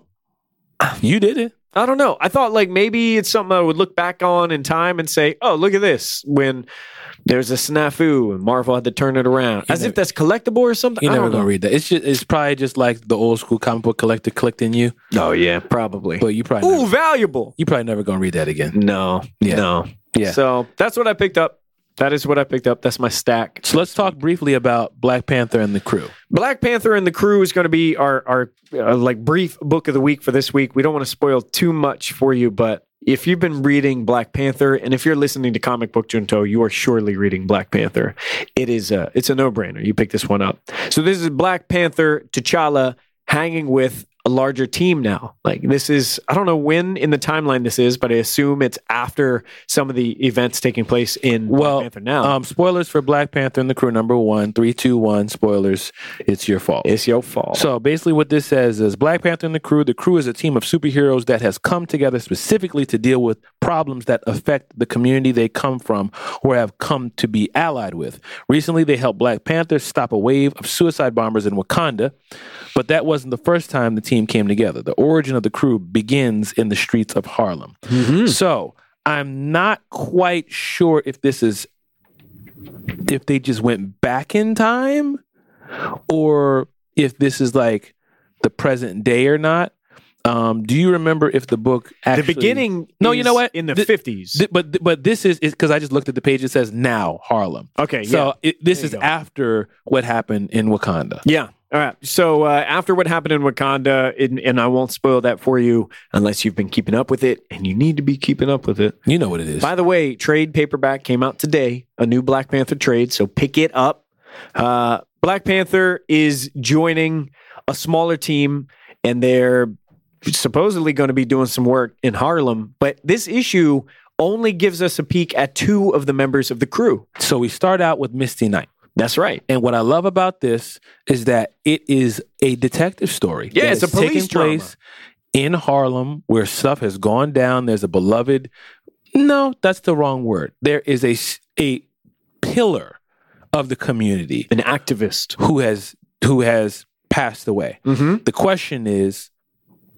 S1: You did it.
S2: I don't know. I thought like maybe it's something I would look back on in time and say, "Oh, look at this!" When there's a snafu and Marvel had to turn it around, as
S1: never-
S2: if that's collectible or something.
S1: You're
S2: I
S1: never
S2: don't
S1: gonna
S2: know.
S1: read that. It's just it's probably just like the old school comic book collector clicked in you,
S2: Oh yeah, probably.
S1: but you probably
S2: Ooh,
S1: never,
S2: valuable.
S1: you probably never gonna read that again.
S2: No,
S1: Yeah.
S2: no.
S1: Yeah.
S2: So that's what I picked up. That is what I picked up. That's my stack.
S1: So let's talk briefly about Black Panther and the crew.
S2: Black Panther and the Crew is going to be our our uh, like brief book of the week for this week. We don't want to spoil too much for you, but if you've been reading Black Panther and if you're listening to Comic Book Junto, you are surely reading Black Panther. It is a it's a no brainer. You pick this one up. So this is Black Panther T'Challa hanging with a larger team now. Like this is I don't know when in the timeline this is, but I assume it's after some of the events taking place in
S1: Well,
S2: Black Panther now.
S1: Um, spoilers for Black Panther and the crew number one, three, two, one. Spoilers. It's your fault.
S2: it's your fault.
S1: So basically, what this says is Black Panther and the crew. The crew is a team of superheroes that has come together specifically to deal with problems that affect the community they come from or have come to be allied with. Recently, they helped Black Panther stop a wave of suicide bombers in Wakanda, but that wasn't the first time the team came together. The origin of the crew begins in the streets of Harlem. So I'm not quite sure if this is if they just went back in time or if this is like the present day or not. Um, do you remember if the book
S2: the
S1: actually
S2: beginning
S1: No, you
S2: is
S1: know what?
S2: in the
S1: Th-
S2: 50s.
S1: Th- but but this is because I just looked at the page. It says now Harlem.
S2: Okay.
S1: So it, this
S2: There you
S1: is
S2: go.
S1: after what happened in Wakanda.
S2: yeah. Yeah. All right. So uh, after what happened in Wakanda, and, and I won't spoil that for you unless you've been keeping up with it, and you need to be keeping up with it.
S1: You know what it is.
S2: By the way, trade paperback came out today, a new Black Panther trade. So pick it up. Uh, Black Panther is joining a smaller team, and they're supposedly going to be doing some work in Harlem. But this issue only gives us a peek at two of the members of the crew.
S1: So we start out with Misty Knight.
S2: That's right.
S1: And what I love about this is that it is a detective story.
S2: Yeah,
S1: that
S2: it's a
S1: is taking
S2: police
S1: place in Harlem where stuff has gone down. There's a beloved. No, that's the wrong word. There is a s- a pillar of the community
S2: An activist.
S1: who has who has passed away.
S2: Mm-hmm.
S1: The question is,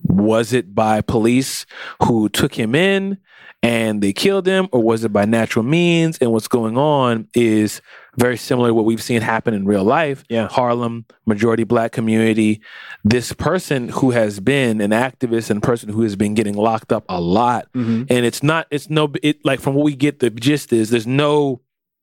S1: was it by police who took him in and they killed him, or was it by natural means? And what's going on is very similar to what we've seen happen in real life.
S2: Yeah.
S1: Harlem, majority black community. This person who has been an activist and person who has been getting locked up a lot.
S2: Mm-hmm.
S1: And it's not, it's no, it like from what we get, the gist is there's no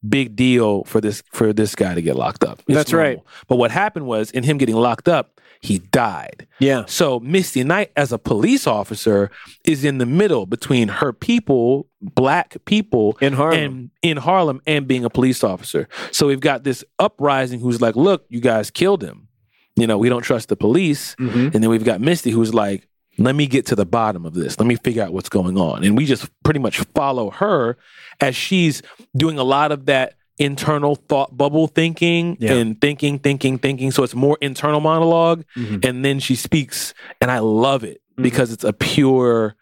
S1: big deal for this for this guy to get locked up. It's
S2: That's right.
S1: But what happened was in him getting locked up, he died.
S2: Yeah.
S1: So Misty Knight, as a police officer, is in the middle between her people, black people,
S2: In Harlem.
S1: and in Harlem, and being a police officer. So we've got this uprising who's like, "Look, you guys killed him. You know, we don't trust the police."
S2: Mhm.
S1: And then we've got Misty who's like, "Let me get to the bottom of this. Let me figure out what's going on." And we just pretty much follow her as she's doing a lot of that internal thought bubble thinking
S2: Yeah.
S1: and thinking thinking thinking so it's more internal monologue and then she speaks and i love it because it's a pure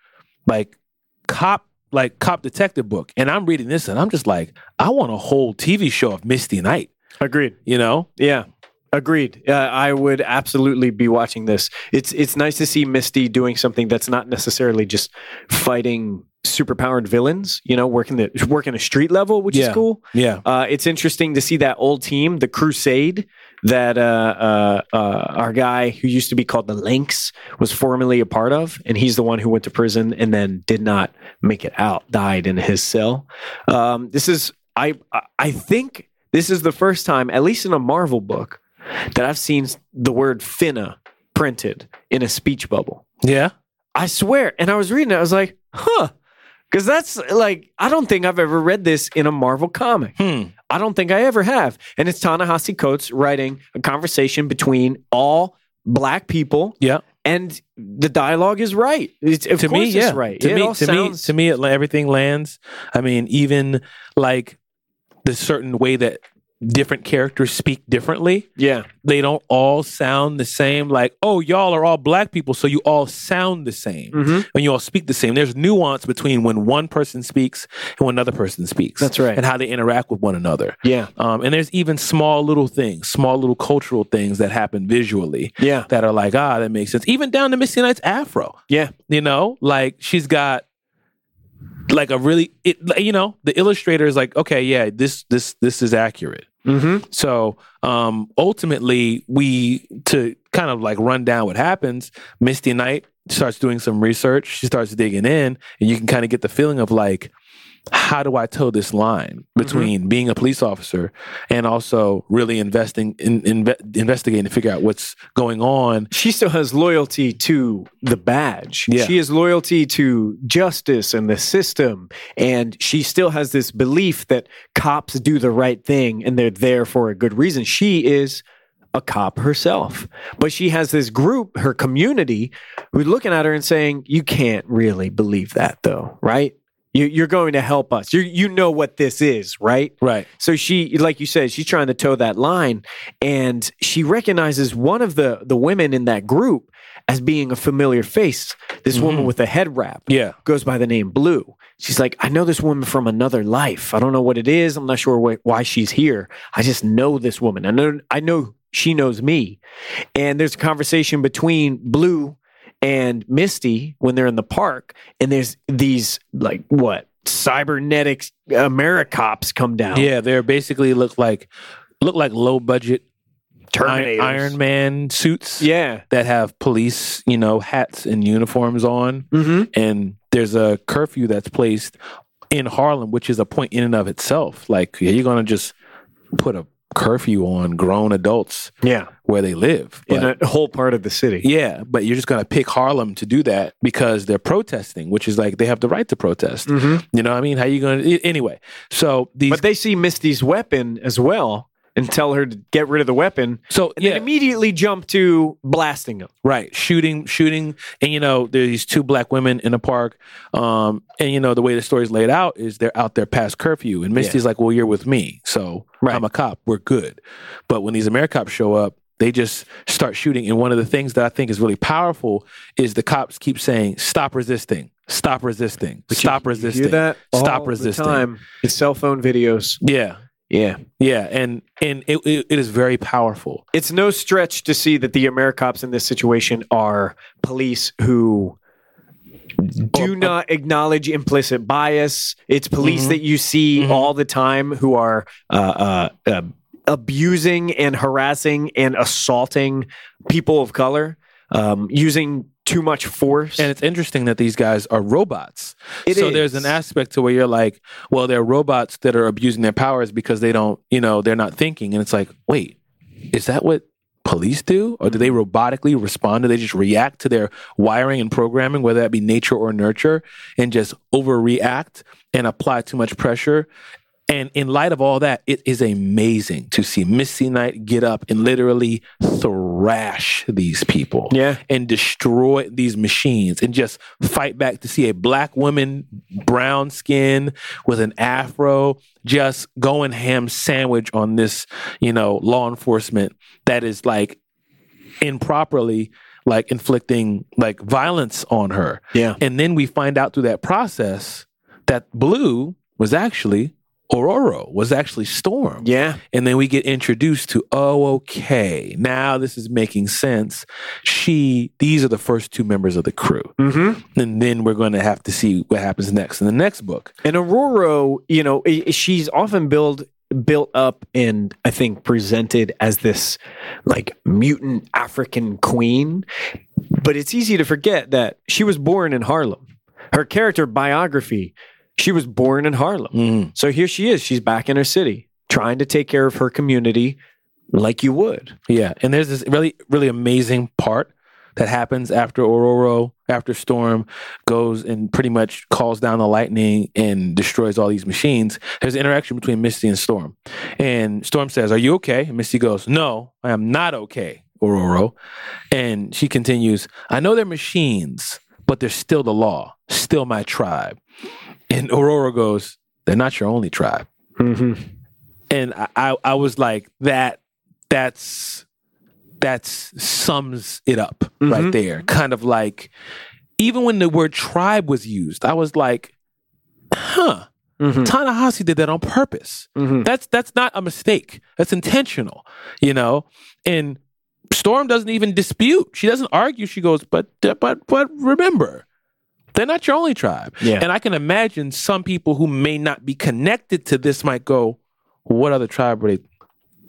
S1: like cop like cop detective book and i'm reading this and i'm just like i want a whole tv show of misty knight
S2: Agreed.
S1: you know
S2: Yeah. Agreed. Uh, I would absolutely be watching this. It's it's nice to see Misty doing something that's not necessarily just fighting superpowered villains. You know, working the working a street level, which
S1: Yeah.
S2: is cool.
S1: Yeah.
S2: Uh, it's interesting to see that old team, the Crusade, that uh, uh, uh, our guy who used to be called the Lynx was formerly a part of, and he's the one who went to prison and then did not make it out, died in his cell. Um, this is, I, I- I think, this is the first time, at least in a Marvel book, that I've seen the word Finna printed in a speech bubble.
S1: Yeah.
S2: I swear. And I was reading it, I was like, huh. Because that's like, I don't think I've ever read this in a Marvel comic.
S1: Hmm.
S2: I don't think I ever have. And it's Ta-Nehisi Coates writing a conversation between all black people,
S1: Yeah.
S2: and the dialogue is right. It's, of
S1: to
S2: course
S1: me,
S2: it's
S1: yeah.
S2: right.
S1: To
S2: It
S1: me,
S2: all
S1: to me,
S2: sounds-
S1: to me, it, la- everything lands. I mean, even like the certain way that different characters speak differently.
S2: yeah,
S1: They don't all sound the same. Like, oh, y'all are all black people, so you all sound the same,
S2: Mhm.
S1: and you all speak the same. There's nuance between when one person speaks and when another person speaks.
S2: That's right.
S1: and how they interact with one another.
S2: yeah,
S1: Um, and there's even small little things, small little cultural things that happen visually
S2: yeah,
S1: that are like, ah, that makes sense. Even down to Missy Knight's afro.
S2: yeah.
S1: You know, like she's got like a really it like, you know, the illustrator is like, okay, yeah, this this this is accurate.
S2: Mm-hmm.
S1: So um ultimately we to kind of like run down what happens, Misty Knight starts doing some research, she starts digging in, and you can kind of get the feeling of like, how do I toe this line between being a police officer and also really investing in, inve- investigating to figure out what's going on?
S2: She still has loyalty to the badge.
S1: Yeah.
S2: She has loyalty to justice and the system. And she still has this belief that cops do the right thing and they're there for a good reason. She is a cop herself. But she has this group, her community, who's looking at her and saying, You can't really believe that, though, right? You, you're going to help us. You, you know what this is, right?
S1: Right.
S2: So she, like you said, she's trying to toe that line, and she recognizes one of the the women in that group as being a familiar face. This woman with a head wrap
S1: Yeah.
S2: goes by the name Blue. She's like, I know this woman from another life. I don't know what it is. I'm not sure wh- why she's here. I just know this woman. I know I know she knows me. And there's a conversation between Blue and Misty when they're in the park, and there's these like what cybernetic AmeriCops come down.
S1: Yeah, they're basically look like look like low budget Iron,
S2: Terminators.
S1: Iron Man suits
S2: Yeah.
S1: that have police, you know, hats and uniforms on.
S2: Mm-hmm.
S1: And there's a curfew that's placed in Harlem, which is a point in and of itself. Like, yeah, you're gonna just put a curfew on grown adults
S2: Yeah.
S1: where they live. But,
S2: In a whole part of the city.
S1: yeah, but you're just gonna pick Harlem to do that because they're protesting, which is like they have the right to protest.
S2: Mm-hmm.
S1: You know what I mean? How you gonna a- anyway? So these,
S2: But they see Misty's weapon as well and tell her to get rid of the weapon.
S1: so
S2: And then immediately jump to blasting them.
S1: Right, shooting, shooting, and you know there's these two black women in the park, um, and you know the way the story's laid out is they're out there past curfew, and Misty's like, "Well, you're with me, so
S2: Right.
S1: I'm a cop. We're good." But when these AmeriCops show up, they just start shooting, and one of the things that I think is really powerful is the cops keep saying, "Stop resisting, stop resisting, stop resisting,
S2: You hear that?
S1: stop
S2: all
S1: resisting."
S2: The time. It's cell phone videos.
S1: Yeah,
S2: Yeah.
S1: yeah, and and it, it, it is very powerful.
S2: It's no stretch to see that the AmeriCops in this situation are police who do not acknowledge implicit bias. It's police
S1: Mhm.
S2: that you see
S1: Mhm.
S2: all the time who are uh, uh, uh, abusing and harassing and assaulting people of color, um, using too much force.
S1: And it's interesting that these guys are robots.
S2: It
S1: so there's
S2: is.
S1: an aspect to where you're like, well, they're robots that are abusing their powers because they don't, you know, they're not thinking. And it's like, wait, is that what police do? Or do they robotically respond? Do they just react to their wiring and programming, whether that be nature or nurture, and just overreact and apply too much pressure? And in light of all that, it is amazing to see Missy Knight get up and literally thrash these people
S2: yeah.
S1: and destroy these machines and just fight back to see a black woman, brown skin with an afro, just going ham sandwich on this, you know, law enforcement that is like improperly like inflicting like violence on her.
S2: Yeah.
S1: And then we find out through that process that Blue was actually Ororo was actually Storm.
S2: Yeah.
S1: And then we get introduced to, oh, okay, now this is making sense. She, these are the first two members of the crew.
S2: Mm-hmm.
S1: And then we're going to have to see what happens next in the next book.
S2: And Aurora, you know, i- she's often built built up and I think presented as this like mutant African queen, but it's easy to forget that she was born in Harlem. Her character biography, she was born in Harlem.
S1: Mm.
S2: So here she is, she's back in her city, trying to take care of her community like you would.
S1: Yeah. And there's this really, really amazing part that happens after Ororo, after Storm goes and pretty much calls down the lightning and destroys all these machines. There's an interaction between Misty and Storm. And Storm says, Are you okay? And Misty goes, No, I am not okay, Ororo. And she continues, I know they're machines, but they're still the law, still my tribe. And Ororo goes, They're not your only tribe.
S2: Mm-hmm.
S1: and I, I I was like that that's that's sums it up right
S2: Mhm.
S1: there kind of like even when the word tribe was used I was like huh
S2: Mm-hmm.
S1: Tanahasi did that on purpose
S2: Mm-hmm.
S1: that's that's not a mistake that's intentional you know and Storm doesn't even dispute she doesn't argue she goes but but but remember they're not your only tribe
S2: Yeah.
S1: and I can imagine some people who may not be connected to this might go, "What other tribe were they?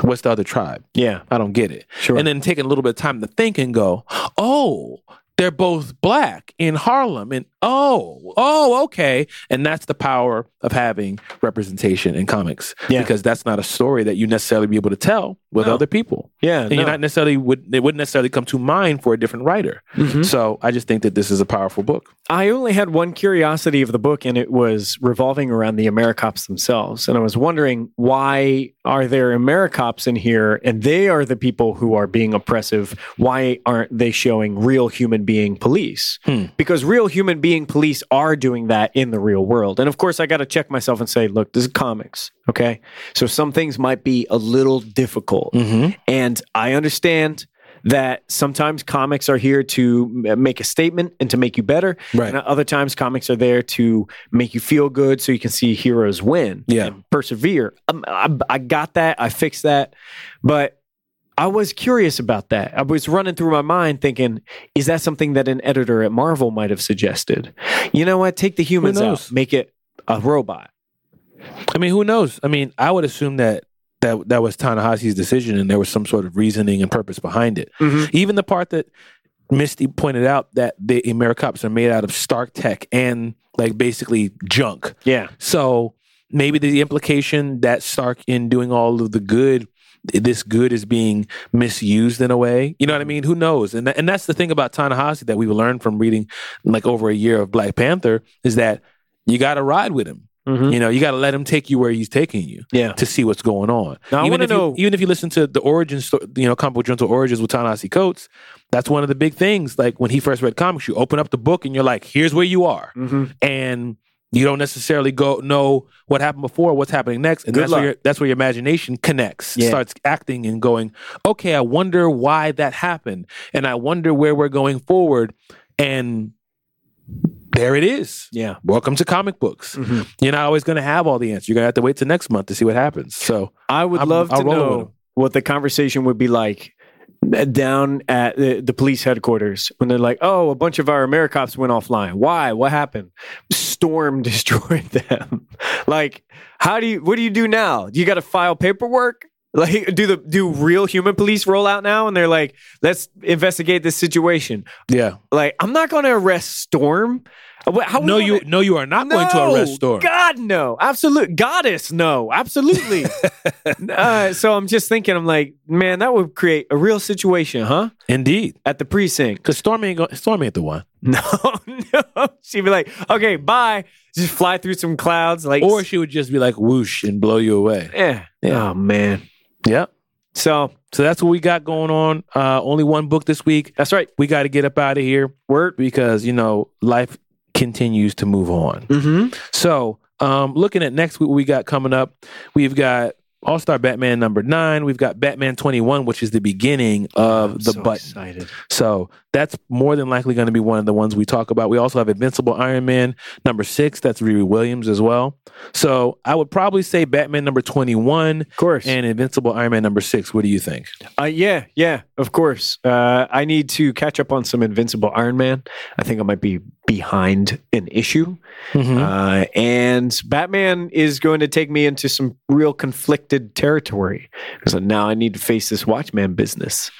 S1: What's the other tribe?
S2: yeah.
S1: I don't get it."
S2: Sure.
S1: And then taking a little bit of time to think and go, "Oh, they're both black in Harlem," and oh, oh, okay. And that's the power of having representation in comics
S2: Yeah.
S1: because that's not a story that you necessarily be able to tell with
S2: No.
S1: other people.
S2: yeah.
S1: And you're not necessarily would it wouldn't necessarily come to mind for a different writer.
S2: Mhm.
S1: So I just think that this is a powerful book.
S2: I only had one curiosity of the book, and it was revolving around the AmeriCops themselves. And I was wondering why are there AmeriCops in here, and they are the people who are being oppressive. Why aren't they showing real human being police?
S1: Hmm.
S2: Because real human being police are doing that in the real world. And of course, I got to check myself and say, look, this is comics, okay? So some things might be a little difficult.
S1: Mm-hmm.
S2: And I understand that sometimes comics are here to m- make a statement and to make you better.
S1: Right.
S2: And other times comics are there to make you feel good so you can see heroes win
S1: Yeah.
S2: and persevere. Um, I, I got that. I fixed that. But I was curious about that. I was running through my mind thinking, is that something that an editor at Marvel might have suggested? You know what? Take the humans out,
S1: knows?
S2: make it a robot.
S1: I mean, who knows? I mean, I would assume that that that was Tanahashi's decision, and there was some sort of reasoning and purpose behind it. Even the part that Misty pointed out that the AmeriCops are made out of Stark Tech and like basically junk.
S2: Yeah.
S1: So maybe the implication that Stark, in doing all of the good, this good is being misused in a way. You know what I mean? Who knows? And tha- and that's the thing about Tanahasi that we learned from reading like over a year of Black Panther is that you got to ride with him.
S2: Mhm.
S1: You know, you got to let him take you where he's taking you
S2: Yeah.
S1: to see what's going on.
S2: Now, I
S1: even
S2: wanna
S1: if you-
S2: know-
S1: even if you listen to the origin, sto- you know, comic book Journal origins with Ta-Nehisi Coates, that's one of the big things. Like when he first read comics, you open up the book and you're like, "Here's where you are,"
S2: Mhm.
S1: and you don't necessarily go know what happened before, what's happening next, and
S2: Good
S1: that's
S2: luck.
S1: where your, that's where your imagination connects,
S2: Yeah.
S1: starts acting and going, "Okay, I wonder why that happened, and I wonder where we're going forward," and there it is.
S2: Yeah.
S1: Welcome to comic books.
S2: Mhm.
S1: You're not always going to have all the answers. You're going to have to wait till next month to see what happens. So
S2: I would
S1: I'm-
S2: love
S1: I'll
S2: to
S1: roll with 'em.
S2: know what the conversation would be like down at the, the police headquarters when they're like, "Oh, a bunch of our AmeriCops went offline. Why? What happened? Storm destroyed them. like, how do you? What do you do now? You got to file paperwork." Like, do the do real human police roll out now, and they're like, "Let's investigate this situation."
S1: Yeah.
S2: Like, I'm not going to arrest Storm. What- How
S1: Oh, No,
S2: we gonna-
S1: you no, you are not going to arrest Storm.
S2: God, no. Absolute goddess, no. Absolutely. uh, so I'm just thinking, I'm like, man, that would create a real situation, huh?
S1: Indeed,
S2: At the precinct.
S1: because Storm ain't go- Storm ain't the one,
S2: No, no. She'd be like, okay, bye. Just fly through some clouds, like,
S1: or she would just be like whoosh and blow you away.
S2: yeah.
S1: Yeah.
S2: Oh man.
S1: Yep.
S2: So
S1: So that's what we got going on. Uh, only one book this week.
S2: that's right.
S1: We got to get up out of here
S2: Word.
S1: because you know life continues to move on.
S2: Mm-hmm.
S1: So, um, looking at next week, what we got coming up. We've got All Star Batman number nine. We've got Batman twenty one, which is the beginning of the
S2: so
S1: button.
S2: excited.
S1: So That's more than likely going to be one of the ones we talk about. We also have Invincible Iron Man number six. That's Riri Williams as well. So I would probably say Batman number 21
S2: Of course.
S1: and Invincible Iron Man number six. What do you think?
S2: Uh, yeah, yeah, of course. Uh, I need to catch up on some Invincible Iron Man. I think I might be behind an issue. Uh, and Batman is going to take me into some real conflicted territory because now I need to face this Watchman business.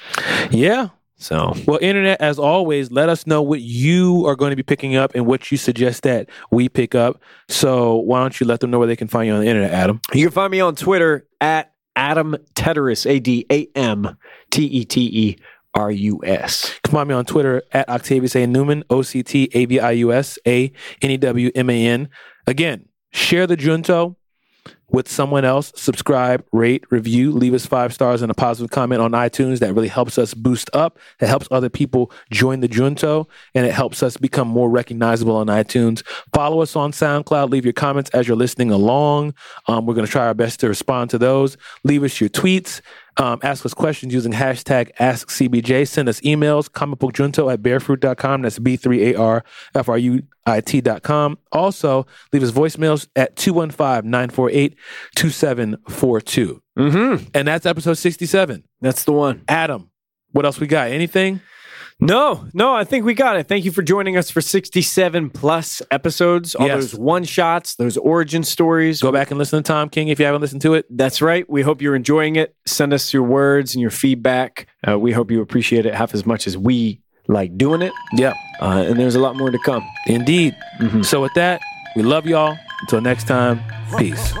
S1: yeah.
S2: So,
S1: Well, internet, as always, let us know what you are going to be picking up and what you suggest that we pick up. So why don't you let them know where they can find you on the internet, Adam?
S2: You can find me on Twitter at Adam Teterus, A D A M T E T E R U S.
S1: You can find me on Twitter at Octavius A. Newman, O C T A V I U S A N E W M A N. Again, share the Junto with someone else. Subscribe, rate, review, leave us five stars and a positive comment on iTunes. That really helps us boost up. It helps other people join the Junto and it helps us become more recognizable on iTunes. Follow us on SoundCloud. Leave your comments as you're listening along. Um, we're going to try our best to respond to those. Leave us your tweets. Um, ask us questions using hashtag AskCBJ. Send us emails, comicbookjunto at barefruit.com. That's B3ARFRUIT.com. Also, leave us voicemails at 215 948 2742.
S2: Mm hmm.
S1: And that's episode 67.
S2: That's the one.
S1: Adam, what else we got? Anything?
S2: No, no, I think we got it. Thank you for joining us for 67 plus episodes. All
S1: Yes.
S2: those one shots, those origin stories.
S1: Go back and listen to Tom King if you haven't listened to it.
S2: That's right. We hope you're enjoying it. Send us your words and your feedback. Uh, we hope you appreciate it half as much as we like doing it.
S1: Yeah,
S2: Uh, and there's a lot more to come.
S1: indeed. So, with that, we love y'all. Until next time, peace.